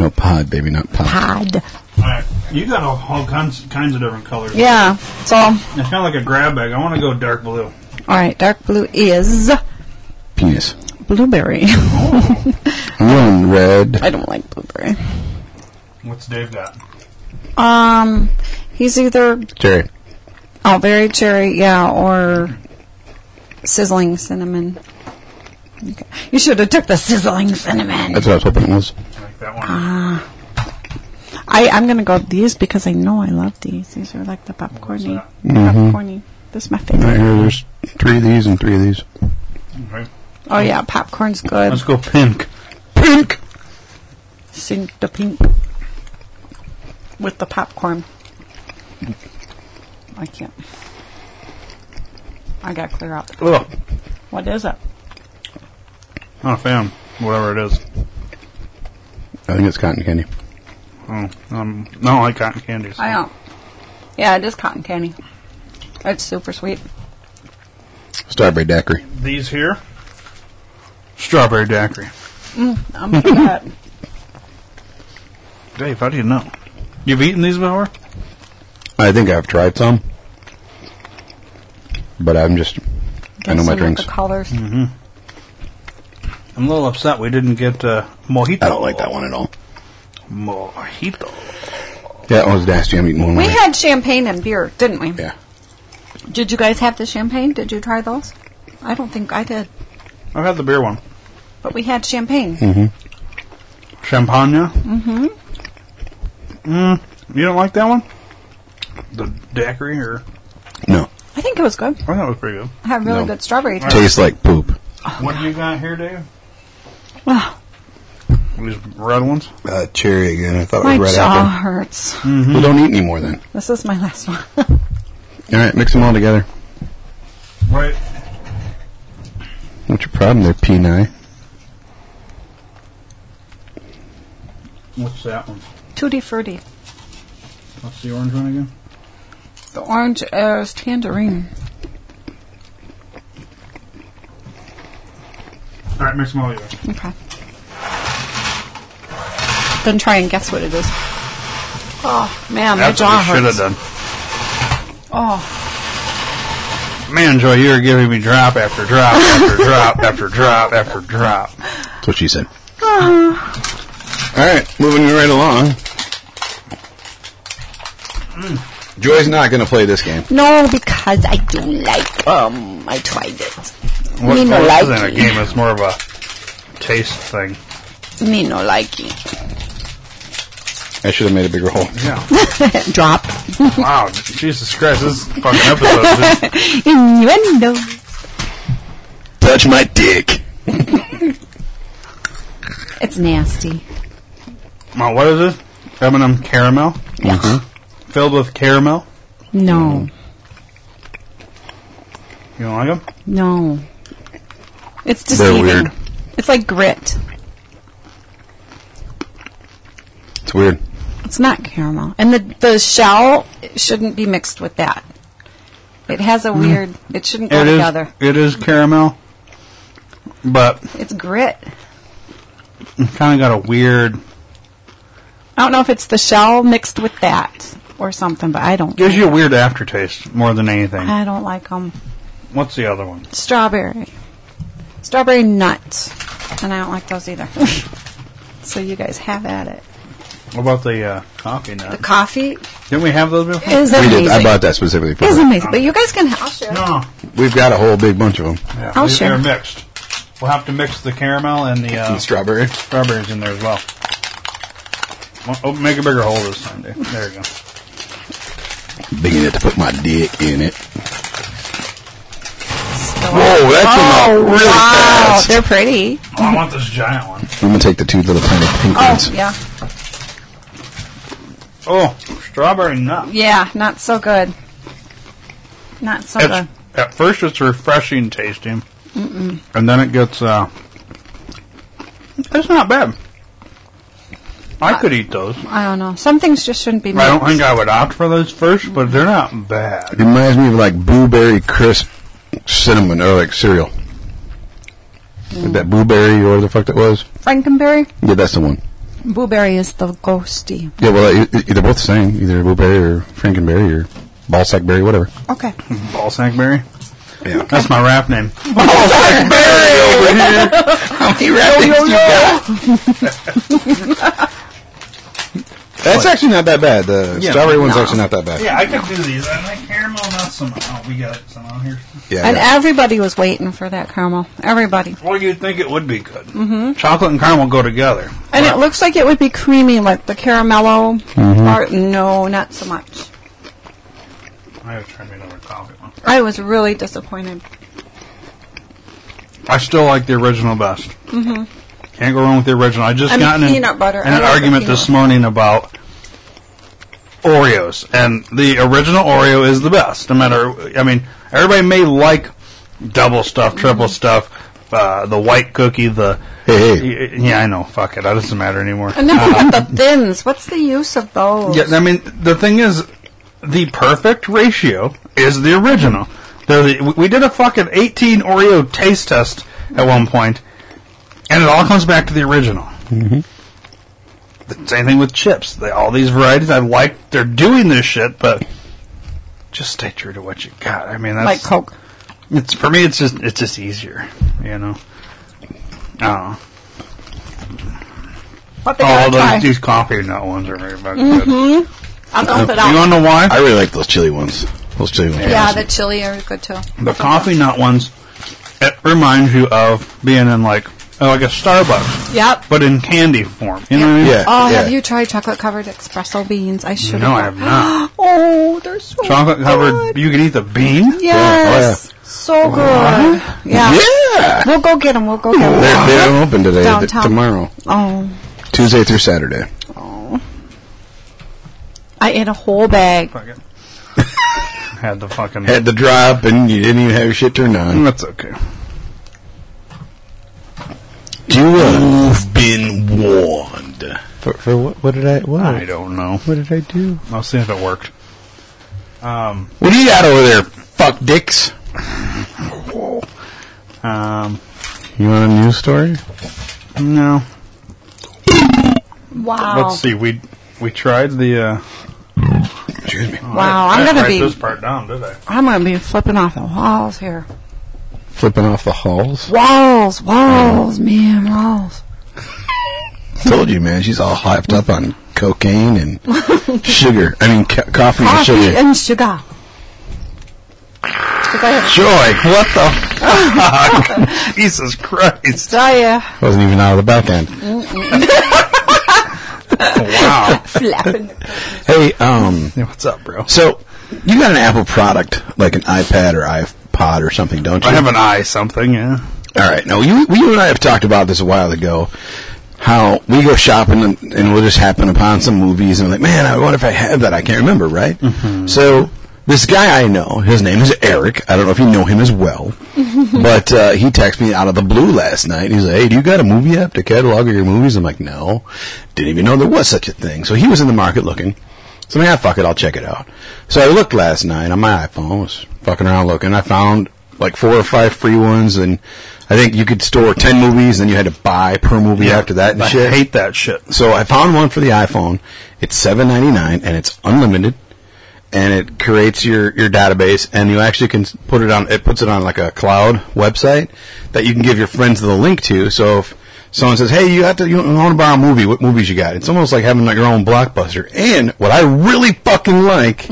Speaker 2: No pod, baby, not pod.
Speaker 3: Pod.
Speaker 9: Alright, you got all, all kinds, kinds of different colors.
Speaker 3: Yeah, it's all. All
Speaker 9: It's kind of like a grab bag. I want to go dark blue.
Speaker 3: right, dark blue is
Speaker 2: Penis.
Speaker 3: blueberry.
Speaker 2: I'm going red.
Speaker 3: I don't like blueberry.
Speaker 9: What's Dave got?
Speaker 3: Um, he's either
Speaker 2: Jerry.
Speaker 3: oh very cherry, yeah, or sizzling cinnamon. Okay. You should have took the sizzling cinnamon.
Speaker 2: That's what I was hoping it was.
Speaker 3: Ah. I, I'm going to go with these because I know I love these. These are like the popcorny.
Speaker 2: Mhm.
Speaker 3: Popcorny. This is my
Speaker 2: Right
Speaker 3: favorite.
Speaker 2: here, there's three of these and three of these.
Speaker 3: Oh, yeah. Popcorn's good.
Speaker 9: Let's go pink.
Speaker 3: Pink! Sing the pink. With the popcorn. I can't. I got to clear out.
Speaker 9: Ugh.
Speaker 3: What is it?
Speaker 9: Not a fan. Whatever it is.
Speaker 2: I think it's cotton candy.
Speaker 9: Oh, um, I don't like cotton candies.
Speaker 3: I don't. Yeah, it is cotton candy. It's super sweet.
Speaker 2: Strawberry daiquiri.
Speaker 9: These here? Strawberry daiquiri.
Speaker 3: Mm, I'm into that.
Speaker 9: Dave, how do you know? You've eaten these before?
Speaker 2: I think I've tried some, but I'm just I know my drinks. Mm-hmm.
Speaker 3: colors.
Speaker 9: hmm I'm a little upset we didn't get uh, mojito. I don't like that one at all. Mojito.
Speaker 2: That was oh, nasty. I'm eating one.
Speaker 3: We
Speaker 2: right.
Speaker 3: had champagne and beer, didn't we?
Speaker 2: Yeah.
Speaker 3: Did you guys have the champagne? Did you try those? I don't think I did,
Speaker 9: I've had the beer one.
Speaker 3: but we had champagne.
Speaker 9: Mm-hmm. Champagne.
Speaker 3: Mm-hmm.
Speaker 9: Mm, you don't like that one? The daiquiri or?
Speaker 3: I think it was good.
Speaker 9: I thought it was pretty good.
Speaker 3: I had really
Speaker 9: No.
Speaker 3: good strawberry.
Speaker 9: Alright.
Speaker 2: Tastes like poop.
Speaker 9: what do you got here, Dave?
Speaker 3: Wow.
Speaker 9: These red ones?
Speaker 2: Uh, cherry again. I thought
Speaker 3: My
Speaker 2: it was red
Speaker 3: jaw
Speaker 2: apple.
Speaker 3: hurts.
Speaker 2: Well, don't eat anymore then.
Speaker 3: This is my last one.
Speaker 2: All right, mix them all together.
Speaker 9: Right.
Speaker 2: What's your problem there, P9?
Speaker 9: What's that one?
Speaker 3: Tutti frutti.
Speaker 9: What's the orange one again?
Speaker 3: The orange is tangerine.
Speaker 9: All right, mix them all together.
Speaker 3: Okay. Then try and guess what it is. Oh man, my
Speaker 9: That's
Speaker 3: jaw
Speaker 9: what we should
Speaker 3: hurts.
Speaker 9: have done.
Speaker 3: Oh,
Speaker 9: Man, Joy, you're giving me drop after drop after drop after drop after drop.
Speaker 2: That's what she said. All right, moving right along. Joy's not going to play this game.
Speaker 3: no, because I don't like um. I tried it.
Speaker 9: What,
Speaker 3: me no
Speaker 9: what
Speaker 3: like
Speaker 9: isn't a
Speaker 3: it.
Speaker 9: game? It's more of a taste thing.
Speaker 3: Me no like it.
Speaker 2: I should have made a bigger hole.
Speaker 9: Yeah.
Speaker 3: Drop.
Speaker 9: wow, Jesus Christ, this is a fucking episode. is just-
Speaker 3: Innuendo.
Speaker 2: Touch my dick.
Speaker 3: It's nasty.
Speaker 9: Wow, what is this? M&M caramel? Uh-huh. Filled with caramel?
Speaker 3: No,
Speaker 9: You don't like them?
Speaker 3: no. It's
Speaker 9: They're
Speaker 3: deceiving.
Speaker 9: weird.
Speaker 3: It's like grit.
Speaker 2: It's weird.
Speaker 3: It's not caramel, and the the shell shouldn't be mixed with that. It has a
Speaker 9: Mm.
Speaker 3: weird. It shouldn't go
Speaker 9: It is,
Speaker 3: together.
Speaker 9: it is caramel, but
Speaker 3: It's grit.
Speaker 9: it's kind of got a weird...
Speaker 3: I don't know if it's the shell mixed with that or something, but I don't.
Speaker 9: Gives you a weird aftertaste more than anything.
Speaker 3: I don't like them.
Speaker 9: What's the other one?
Speaker 3: Strawberry, strawberry nut, and I don't like those either. so you guys have at it.
Speaker 9: What about the uh, coffee
Speaker 3: The
Speaker 9: nut?
Speaker 3: coffee
Speaker 9: Didn't we have those before?
Speaker 3: is
Speaker 2: we
Speaker 3: amazing.
Speaker 2: did. I bought that specifically for
Speaker 3: It is
Speaker 2: her.
Speaker 3: amazing, but you guys can. I'll share.
Speaker 9: No.
Speaker 2: We've got a whole big bunch of them.
Speaker 9: Oh, Yeah,
Speaker 3: I'll
Speaker 9: they-
Speaker 3: share.
Speaker 9: They're mixed. We'll have to mix the caramel and the, uh,
Speaker 2: And strawberry.
Speaker 9: strawberries in there as well. Well, Oh, make a bigger hole this time, Dave. There you go.
Speaker 2: Big enough to put my dick in it.
Speaker 3: Whoa,
Speaker 2: that came out really
Speaker 3: wow,
Speaker 2: fast.
Speaker 3: they're pretty.
Speaker 9: Oh, I want this giant one.
Speaker 2: I'm going to take the two little tiny pink ones.
Speaker 3: Oh yeah,
Speaker 9: Oh, strawberry nut.
Speaker 3: yeah, not so good. Not so
Speaker 9: It's-
Speaker 3: good.
Speaker 9: at first, it's refreshing tasting,
Speaker 3: Mm-mm.
Speaker 9: and then it gets. uh It's not bad. I could eat those.
Speaker 3: I don't know. Some things just shouldn't be. Mixed.
Speaker 9: I don't think I would opt for those first, but they're not bad.
Speaker 2: It reminds me of like blueberry crisp cinnamon or like cereal. With that blueberry or whatever the fuck that was.
Speaker 18: Frankenberry?
Speaker 2: Yeah, that's the one.
Speaker 18: Blueberry is the ghosty.
Speaker 2: Yeah, well, e- e- they're both the same. Either blueberry or frankenberry or ballsackberry, whatever.
Speaker 18: Okay.
Speaker 9: Ballsackberry? Yeah. That's my rap name.
Speaker 2: How many rap names you got? That's actually not that bad. The
Speaker 9: Yeah.
Speaker 2: strawberry one's
Speaker 9: No.
Speaker 2: actually not that bad.
Speaker 9: Yeah, I could do these. I like caramel nuts. Somehow we got some out here.
Speaker 2: Yeah,
Speaker 18: and everybody was waiting for that caramel. Everybody.
Speaker 9: Well, you'd think it would be good.
Speaker 18: hmm
Speaker 9: Chocolate and caramel go together.
Speaker 18: And it looks like it would be creamy, like the caramello.
Speaker 9: Mhm.
Speaker 18: Or, no, not so much.
Speaker 9: I have tried another chocolate one.
Speaker 18: I was really disappointed.
Speaker 9: I still like the original best.
Speaker 18: hmm
Speaker 9: Can't go wrong with the original. I just
Speaker 18: I mean,
Speaker 9: got in,
Speaker 18: peanut butter.
Speaker 9: in
Speaker 18: I
Speaker 9: an
Speaker 18: like the
Speaker 9: argument
Speaker 18: peanut
Speaker 9: this morning about Oreos, and the original Oreo is the best. No matter, I mean, everybody may like double stuff, triple
Speaker 18: Mm-hmm.
Speaker 9: stuff, uh, the white cookie, the Y- y- yeah, I know. Fuck it, that doesn't matter anymore.
Speaker 18: And then
Speaker 9: Uh,
Speaker 18: we got the thins. What's the use of those?
Speaker 9: yeah, I mean, the thing is, the perfect ratio is the original. They're the, we- we did a fucking 18 Oreo taste test at one point, and it all comes back to the original. Mm-hmm. The same thing with chips. They, all these varieties, I like they're doing this shit, but just stay true to what you got. I mean, that's
Speaker 18: Like Coke.
Speaker 9: It's for me. It's just it's just easier, you know. Oh,
Speaker 18: What they
Speaker 9: oh,
Speaker 18: gotta try.
Speaker 9: those, these coffee nut ones are very fucking good.
Speaker 18: Mm-hmm. I'll dump it
Speaker 9: You
Speaker 18: out.
Speaker 9: wanna know why?
Speaker 2: I really like those chili ones. Those chili ones.
Speaker 18: Yeah, the chili are good too.
Speaker 9: The coffee nut ones, it reminds you of being in like, oh, like a Starbucks,
Speaker 18: Yep.
Speaker 9: but in candy form. You know what I mean?
Speaker 18: Oh, have you tried chocolate covered espresso beans? I should.
Speaker 9: No, I have not.
Speaker 18: oh, they're so
Speaker 9: Chocolate covered, you can eat the bean?
Speaker 18: Yes. so good. Yeah.
Speaker 2: Yeah.
Speaker 18: We'll go get them. We'll go get them.
Speaker 2: They're, they don't open today. They're
Speaker 18: Downtown.
Speaker 2: tomorrow.
Speaker 18: Oh,
Speaker 2: Tuesday through Saturday.
Speaker 18: I ate a whole bag.
Speaker 9: Had the fucking.
Speaker 2: Had the drop and you didn't even have your shit turned on.
Speaker 9: That's okay.
Speaker 2: You've been warned.
Speaker 9: For, for what, what did I. What? I don't know. What
Speaker 1: did I do?
Speaker 9: I'll see if it worked. Um,
Speaker 2: What do you got over there, fuck dicks?
Speaker 9: um,
Speaker 2: You want a news story?
Speaker 9: no.
Speaker 18: Wow.
Speaker 9: Let's see. We we tried the. Uh,
Speaker 2: Excuse me.
Speaker 18: Wow, I'm gonna be-
Speaker 9: this part down, did I?
Speaker 18: I'm going to be flipping off the walls here.
Speaker 2: Flipping off the halls.
Speaker 18: Walls, walls, man, walls.
Speaker 2: Told you, man. She's all hyped up on cocaine and sugar. I mean, ca- coffee, and
Speaker 18: Coffee
Speaker 2: sugar.
Speaker 18: and sugar. 'Cause I have-
Speaker 2: Joy, what the?
Speaker 9: Jesus Christ.
Speaker 18: Tell ya.
Speaker 2: Wasn't even out of the back end. Wow.
Speaker 18: Flapping.
Speaker 2: Hey, um,
Speaker 9: what's up, bro?
Speaker 2: So, you got an Apple product, like an iPad or iPod or something, don't you?
Speaker 9: I have an eye something, yeah.
Speaker 2: All right. Now, you, you and I have talked about this a while ago. How we go shopping and, and we'll just happen upon some movies and we're like, man, I wonder if I have that. I can't remember, right? So this guy I know, his name is Eric. I don't know if you know him as well, but uh, he texted me out of the blue last night. He's like, hey, do you got a movie app to catalog your movies? I'm like, no, didn't even know there was such a thing. So he was in the market looking. So I'm like, ah, fuck it, I'll check it out. So I looked last night on my iPhone, I was fucking around looking. I found like four or five free ones, and I think you could store ten movies, and then you had to buy per movie after that and
Speaker 9: I
Speaker 2: shit.
Speaker 9: hate that shit.
Speaker 2: So I found one for the iPhone. It's seven ninety nine, and it's unlimited, and it creates your your database, and you actually can s- put it on. It puts it on like a cloud website that you can give your friends the link to. So if someone says, "Hey, you have to you want to borrow a movie? What movies you got?" It's almost like having like your own blockbuster. And what I really fucking like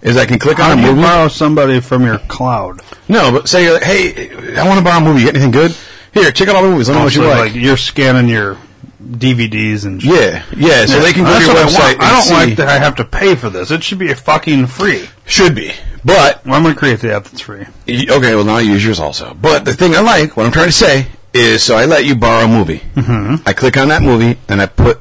Speaker 2: is I can click
Speaker 9: How
Speaker 2: on a
Speaker 9: do you
Speaker 2: movie.
Speaker 9: borrow somebody from your cloud?
Speaker 2: No, but say you're like, "Hey, I want to borrow a movie. You got anything good? Here, check out all the movies. Let me know what you
Speaker 9: Also,
Speaker 2: like."
Speaker 9: You're scanning your DVDs and shit.
Speaker 2: Yeah, yeah, so they can go
Speaker 9: That's
Speaker 2: to your
Speaker 9: what I
Speaker 2: website
Speaker 9: want.
Speaker 2: and
Speaker 9: I, don't
Speaker 2: see-
Speaker 9: like that I have to pay for this. It should be fucking free.
Speaker 2: Should be, but
Speaker 9: well, I'm gonna create the app that's free.
Speaker 2: Y- Okay, well now I use yours also. But the thing I like, what I'm trying to say is, so I let you borrow a movie. Mm-hmm. I click on that movie and I put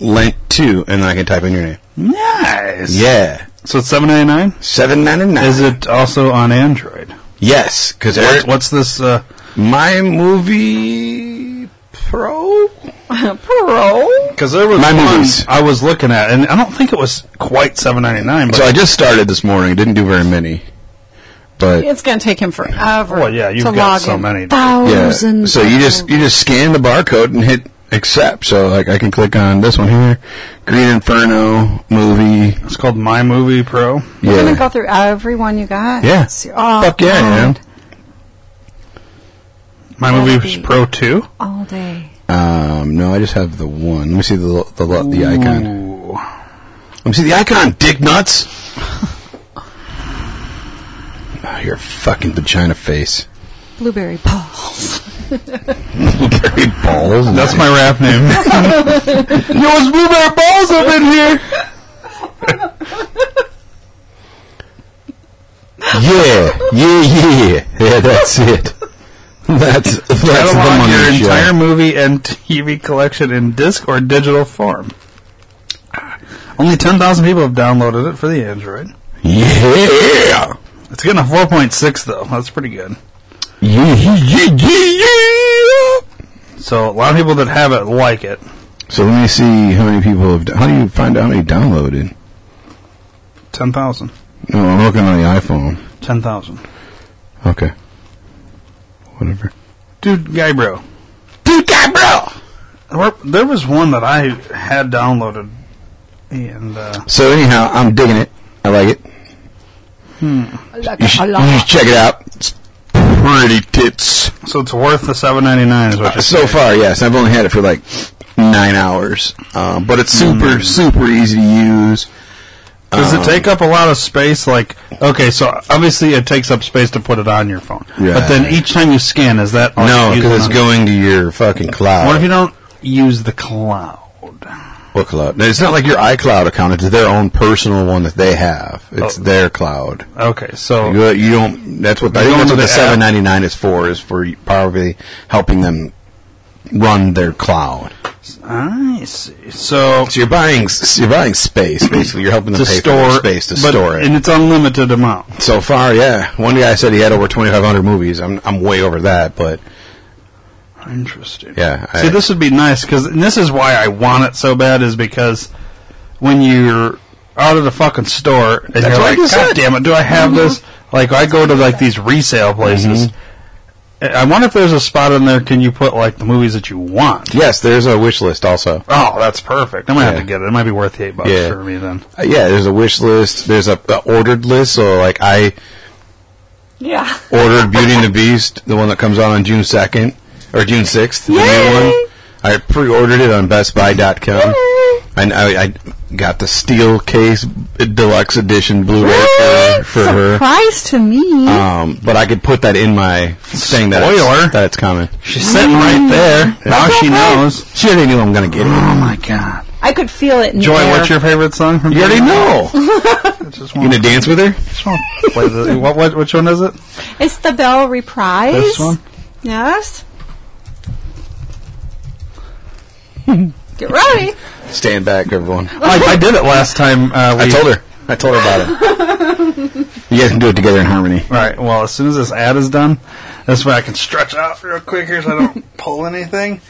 Speaker 2: lent to, and then I can type in your name.
Speaker 9: Nice.
Speaker 2: Yeah,
Speaker 9: So it's seven ninety nine.
Speaker 2: Seven ninety nine.
Speaker 9: Is it also on Android?
Speaker 2: yes, because
Speaker 9: What, what's this? Uh,
Speaker 2: my movie pro.
Speaker 18: Pro?
Speaker 9: Because there was
Speaker 2: My
Speaker 9: one
Speaker 2: movies.
Speaker 9: I was looking at, and I don't think it was quite seven ninety nine.
Speaker 2: So I just started this morning. Didn't do very many. But
Speaker 18: It's going to take him forever.
Speaker 9: Well, yeah, you've
Speaker 18: to
Speaker 9: got
Speaker 18: log
Speaker 9: so
Speaker 18: in.
Speaker 9: many.
Speaker 2: yeah.
Speaker 18: Thousands.
Speaker 2: So you
Speaker 18: of-
Speaker 2: just you just scan the barcode and hit accept. So like I can click on this one here, Green Inferno movie.
Speaker 9: It's called My Movie Pro.
Speaker 18: You're going
Speaker 2: Yeah.
Speaker 18: to go through every one you got.
Speaker 2: Yeah.
Speaker 18: Oh,
Speaker 2: Fuck yeah,
Speaker 18: God.
Speaker 2: man.
Speaker 9: My Movie Pro 2.
Speaker 18: All day.
Speaker 2: Um, no, I just have the one. Let me see the lo- the lo- the icon. Let me see the icon, dick nuts. Ah, your fucking vagina face.
Speaker 18: Blueberry balls.
Speaker 2: Blueberry balls.
Speaker 9: That's my rap name. Yo, it's Blueberry Balls up in here.
Speaker 2: Yeah, yeah, yeah, yeah. That's it. That's that's the
Speaker 9: Catalog
Speaker 2: money
Speaker 9: your
Speaker 2: shot.
Speaker 9: entire movie and TV collection in disc or digital form. Only 10,000 people have downloaded it for the Android.
Speaker 2: Yeah.
Speaker 9: It's getting a 4.6, though. That's pretty good.
Speaker 2: Yeah, yeah, yeah, yeah.
Speaker 9: So, a lot of people that have it like it.
Speaker 2: So let me see how many people have. How do you find out how many downloaded?
Speaker 9: 10,000.
Speaker 2: No, I'm looking on the iPhone.
Speaker 9: 10,000.
Speaker 2: Okay. Whatever.
Speaker 9: Dude, guy bro.
Speaker 2: Dude, guy bro!
Speaker 9: There- There was one that I had downloaded, and uh,
Speaker 2: So anyhow, I'm digging it. I like it. You should, you should check it out. It's pretty tits.
Speaker 9: so it's worth the seven ninety nine. Is what
Speaker 2: Uh,
Speaker 9: you're
Speaker 2: so
Speaker 9: saying.
Speaker 2: far, yes. I've only had it for like nine hours, um, but it's super, super easy to use.
Speaker 9: Does
Speaker 2: Um,
Speaker 9: it take up a lot of space? Like, okay, so obviously it takes up space to put it on your phone.
Speaker 2: Yeah.
Speaker 9: But then each time you scan, is that all
Speaker 2: No,
Speaker 9: you use
Speaker 2: because
Speaker 9: on
Speaker 2: it's
Speaker 9: it?
Speaker 2: going to your fucking cloud.
Speaker 9: What if you don't use the cloud?
Speaker 2: What cloud? No, It's not like your iCloud account. It's their own personal one that they have. It's
Speaker 9: Oh.
Speaker 2: their cloud.
Speaker 9: Okay, so
Speaker 2: You, you don't. That's what I
Speaker 9: You're
Speaker 2: think.
Speaker 9: going
Speaker 2: That's
Speaker 9: to the
Speaker 2: what the
Speaker 9: app.
Speaker 2: seven ninety nine is for. Is for probably helping them run their cloud.
Speaker 9: I see. So
Speaker 2: So you're buying. s- You're buying space. Basically, you're helping them
Speaker 9: to
Speaker 2: pay
Speaker 9: store
Speaker 2: for space to
Speaker 9: but-
Speaker 2: store it.
Speaker 9: and it's unlimited amount.
Speaker 2: So far, yeah. One guy said he had over 2,500 movies. I'm I'm way over that, but
Speaker 9: Interesting.
Speaker 2: yeah. I,
Speaker 9: See, this would be nice because this is why I want it so bad is because when you're out of the fucking store and you're
Speaker 2: what I
Speaker 9: like, God
Speaker 2: just said."
Speaker 9: damn it, do I have this? Like, I go to like these resale places. I I wonder if there's a spot in there. Can you put like the movies that you want?
Speaker 2: yes, there's a wish list also.
Speaker 9: Oh, that's perfect. I might have
Speaker 2: Yeah.
Speaker 9: to get it. It might be worth the eight bucks
Speaker 2: Yeah.
Speaker 9: for me then.
Speaker 2: Uh, yeah, there's a wish list. There's a, a ordered list. So like I
Speaker 3: Yeah.
Speaker 2: ordered Beauty and the Beast, the one that comes out on June 2nd or June 6th, the new one. I pre-ordered it on BestBuy.com. And I, I got the steel case deluxe edition Blu-ray uh, for, for her.
Speaker 18: Surprise to me.
Speaker 2: Um, but I could put that in my thing that
Speaker 9: Spoiler.
Speaker 2: it's, that it's coming.
Speaker 9: She's sitting right there. Mm. Now she knows.
Speaker 2: She already knew I'm gonna get it.
Speaker 9: Oh my god,
Speaker 18: I could feel it in
Speaker 9: Joy!
Speaker 18: the air.
Speaker 9: What's your favorite song from?
Speaker 2: You already know. you
Speaker 9: Just
Speaker 2: gonna dance with her?
Speaker 9: Wait, the- what, what? Which one is it?
Speaker 18: It's the Bell Reprise.
Speaker 9: This one?
Speaker 18: Yes. Get ready.
Speaker 2: Stand back, everyone.
Speaker 9: I, I did it last time. Uh, we,
Speaker 2: I told her. I told her about it. you guys can do it together in harmony.
Speaker 9: All right. Well, as soon as this ad is done, this way I can stretch out real quick here so I don't pull anything.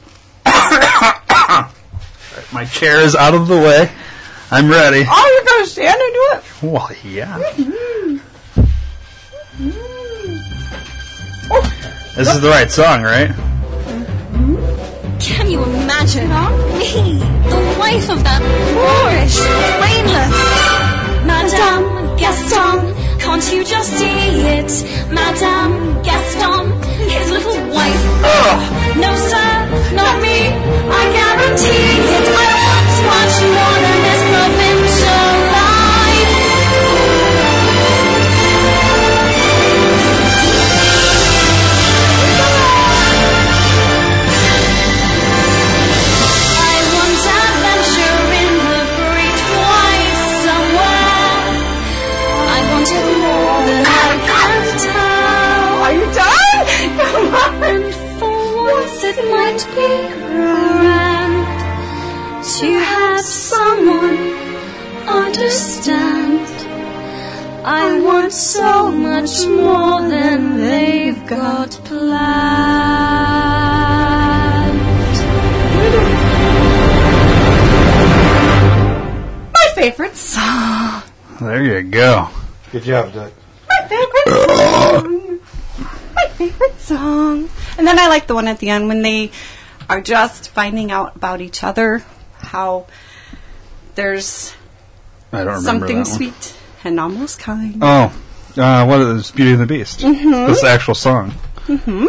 Speaker 9: All right, my chair is out of the way. I'm ready.
Speaker 18: Oh, you're going to stand and do it?
Speaker 9: Well, yeah. This is the right song, right?
Speaker 11: Can you imagine? Me, the wife of that boorish, brainless. Madame Gaston, can't you just see it? Madame Gaston, his little wife. No, sir, not me. I guarantee it. I once much more than this provincial life. I once adventure in the great white somewhere. I wanted more than I can tell.
Speaker 18: Are you done? Come on.
Speaker 11: And for once it might be grand to have someone understand. I want so much more than they've got planned.
Speaker 18: My favorite song.
Speaker 9: There you go.
Speaker 1: Good job, Doug.
Speaker 18: My favorite
Speaker 3: My favorite song. And then I like the one at the end when they are just finding out about each other, how there's
Speaker 9: I don't remember
Speaker 3: something
Speaker 9: that one.
Speaker 3: sweet and almost kind.
Speaker 9: Oh, uh, what is Beauty and the Beast?
Speaker 3: Mhm.
Speaker 9: That's the actual song
Speaker 3: hmm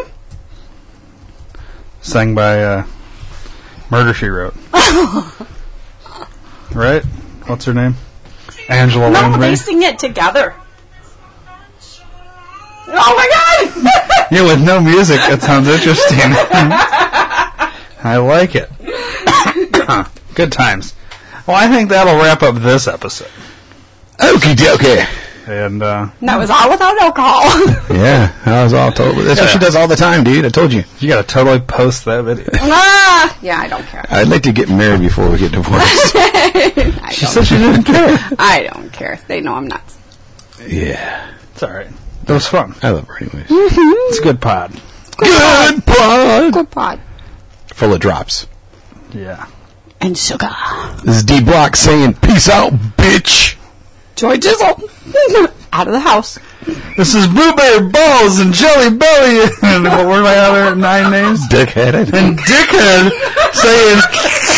Speaker 9: sang by uh, Murder She Wrote. right? What's her name? Angela
Speaker 3: No,
Speaker 9: Lansbury.
Speaker 3: they sing it together. Oh my god!
Speaker 9: Yeah, with no music, that sounds interesting. I like it. Good times. Well, I think that'll wrap up this episode.
Speaker 2: Okie dokie.
Speaker 9: And uh,
Speaker 3: that was all without alcohol.
Speaker 2: Yeah, I was all totally. That's what she does all the time, dude. I told you.
Speaker 9: You gotta totally post that video.
Speaker 3: ah, yeah, I don't care.
Speaker 2: I'd like to get married before we get divorced.
Speaker 3: I
Speaker 2: she said she didn't care.
Speaker 3: I don't care. They know I'm nuts.
Speaker 2: Yeah.
Speaker 9: It's alright. That was fun.
Speaker 2: I love her anyways.
Speaker 9: It's a good pod.
Speaker 2: Good pod.
Speaker 3: Good pod.
Speaker 2: Full of drops.
Speaker 9: Yeah.
Speaker 3: And sugar.
Speaker 2: This is D Block saying, Peace out, bitch.
Speaker 3: Joy Jizzle. Out of the house.
Speaker 9: This is Blueberry Balls and Jelly Belly and what were my other nine names?
Speaker 2: Dickhead.
Speaker 9: And Dickhead saying.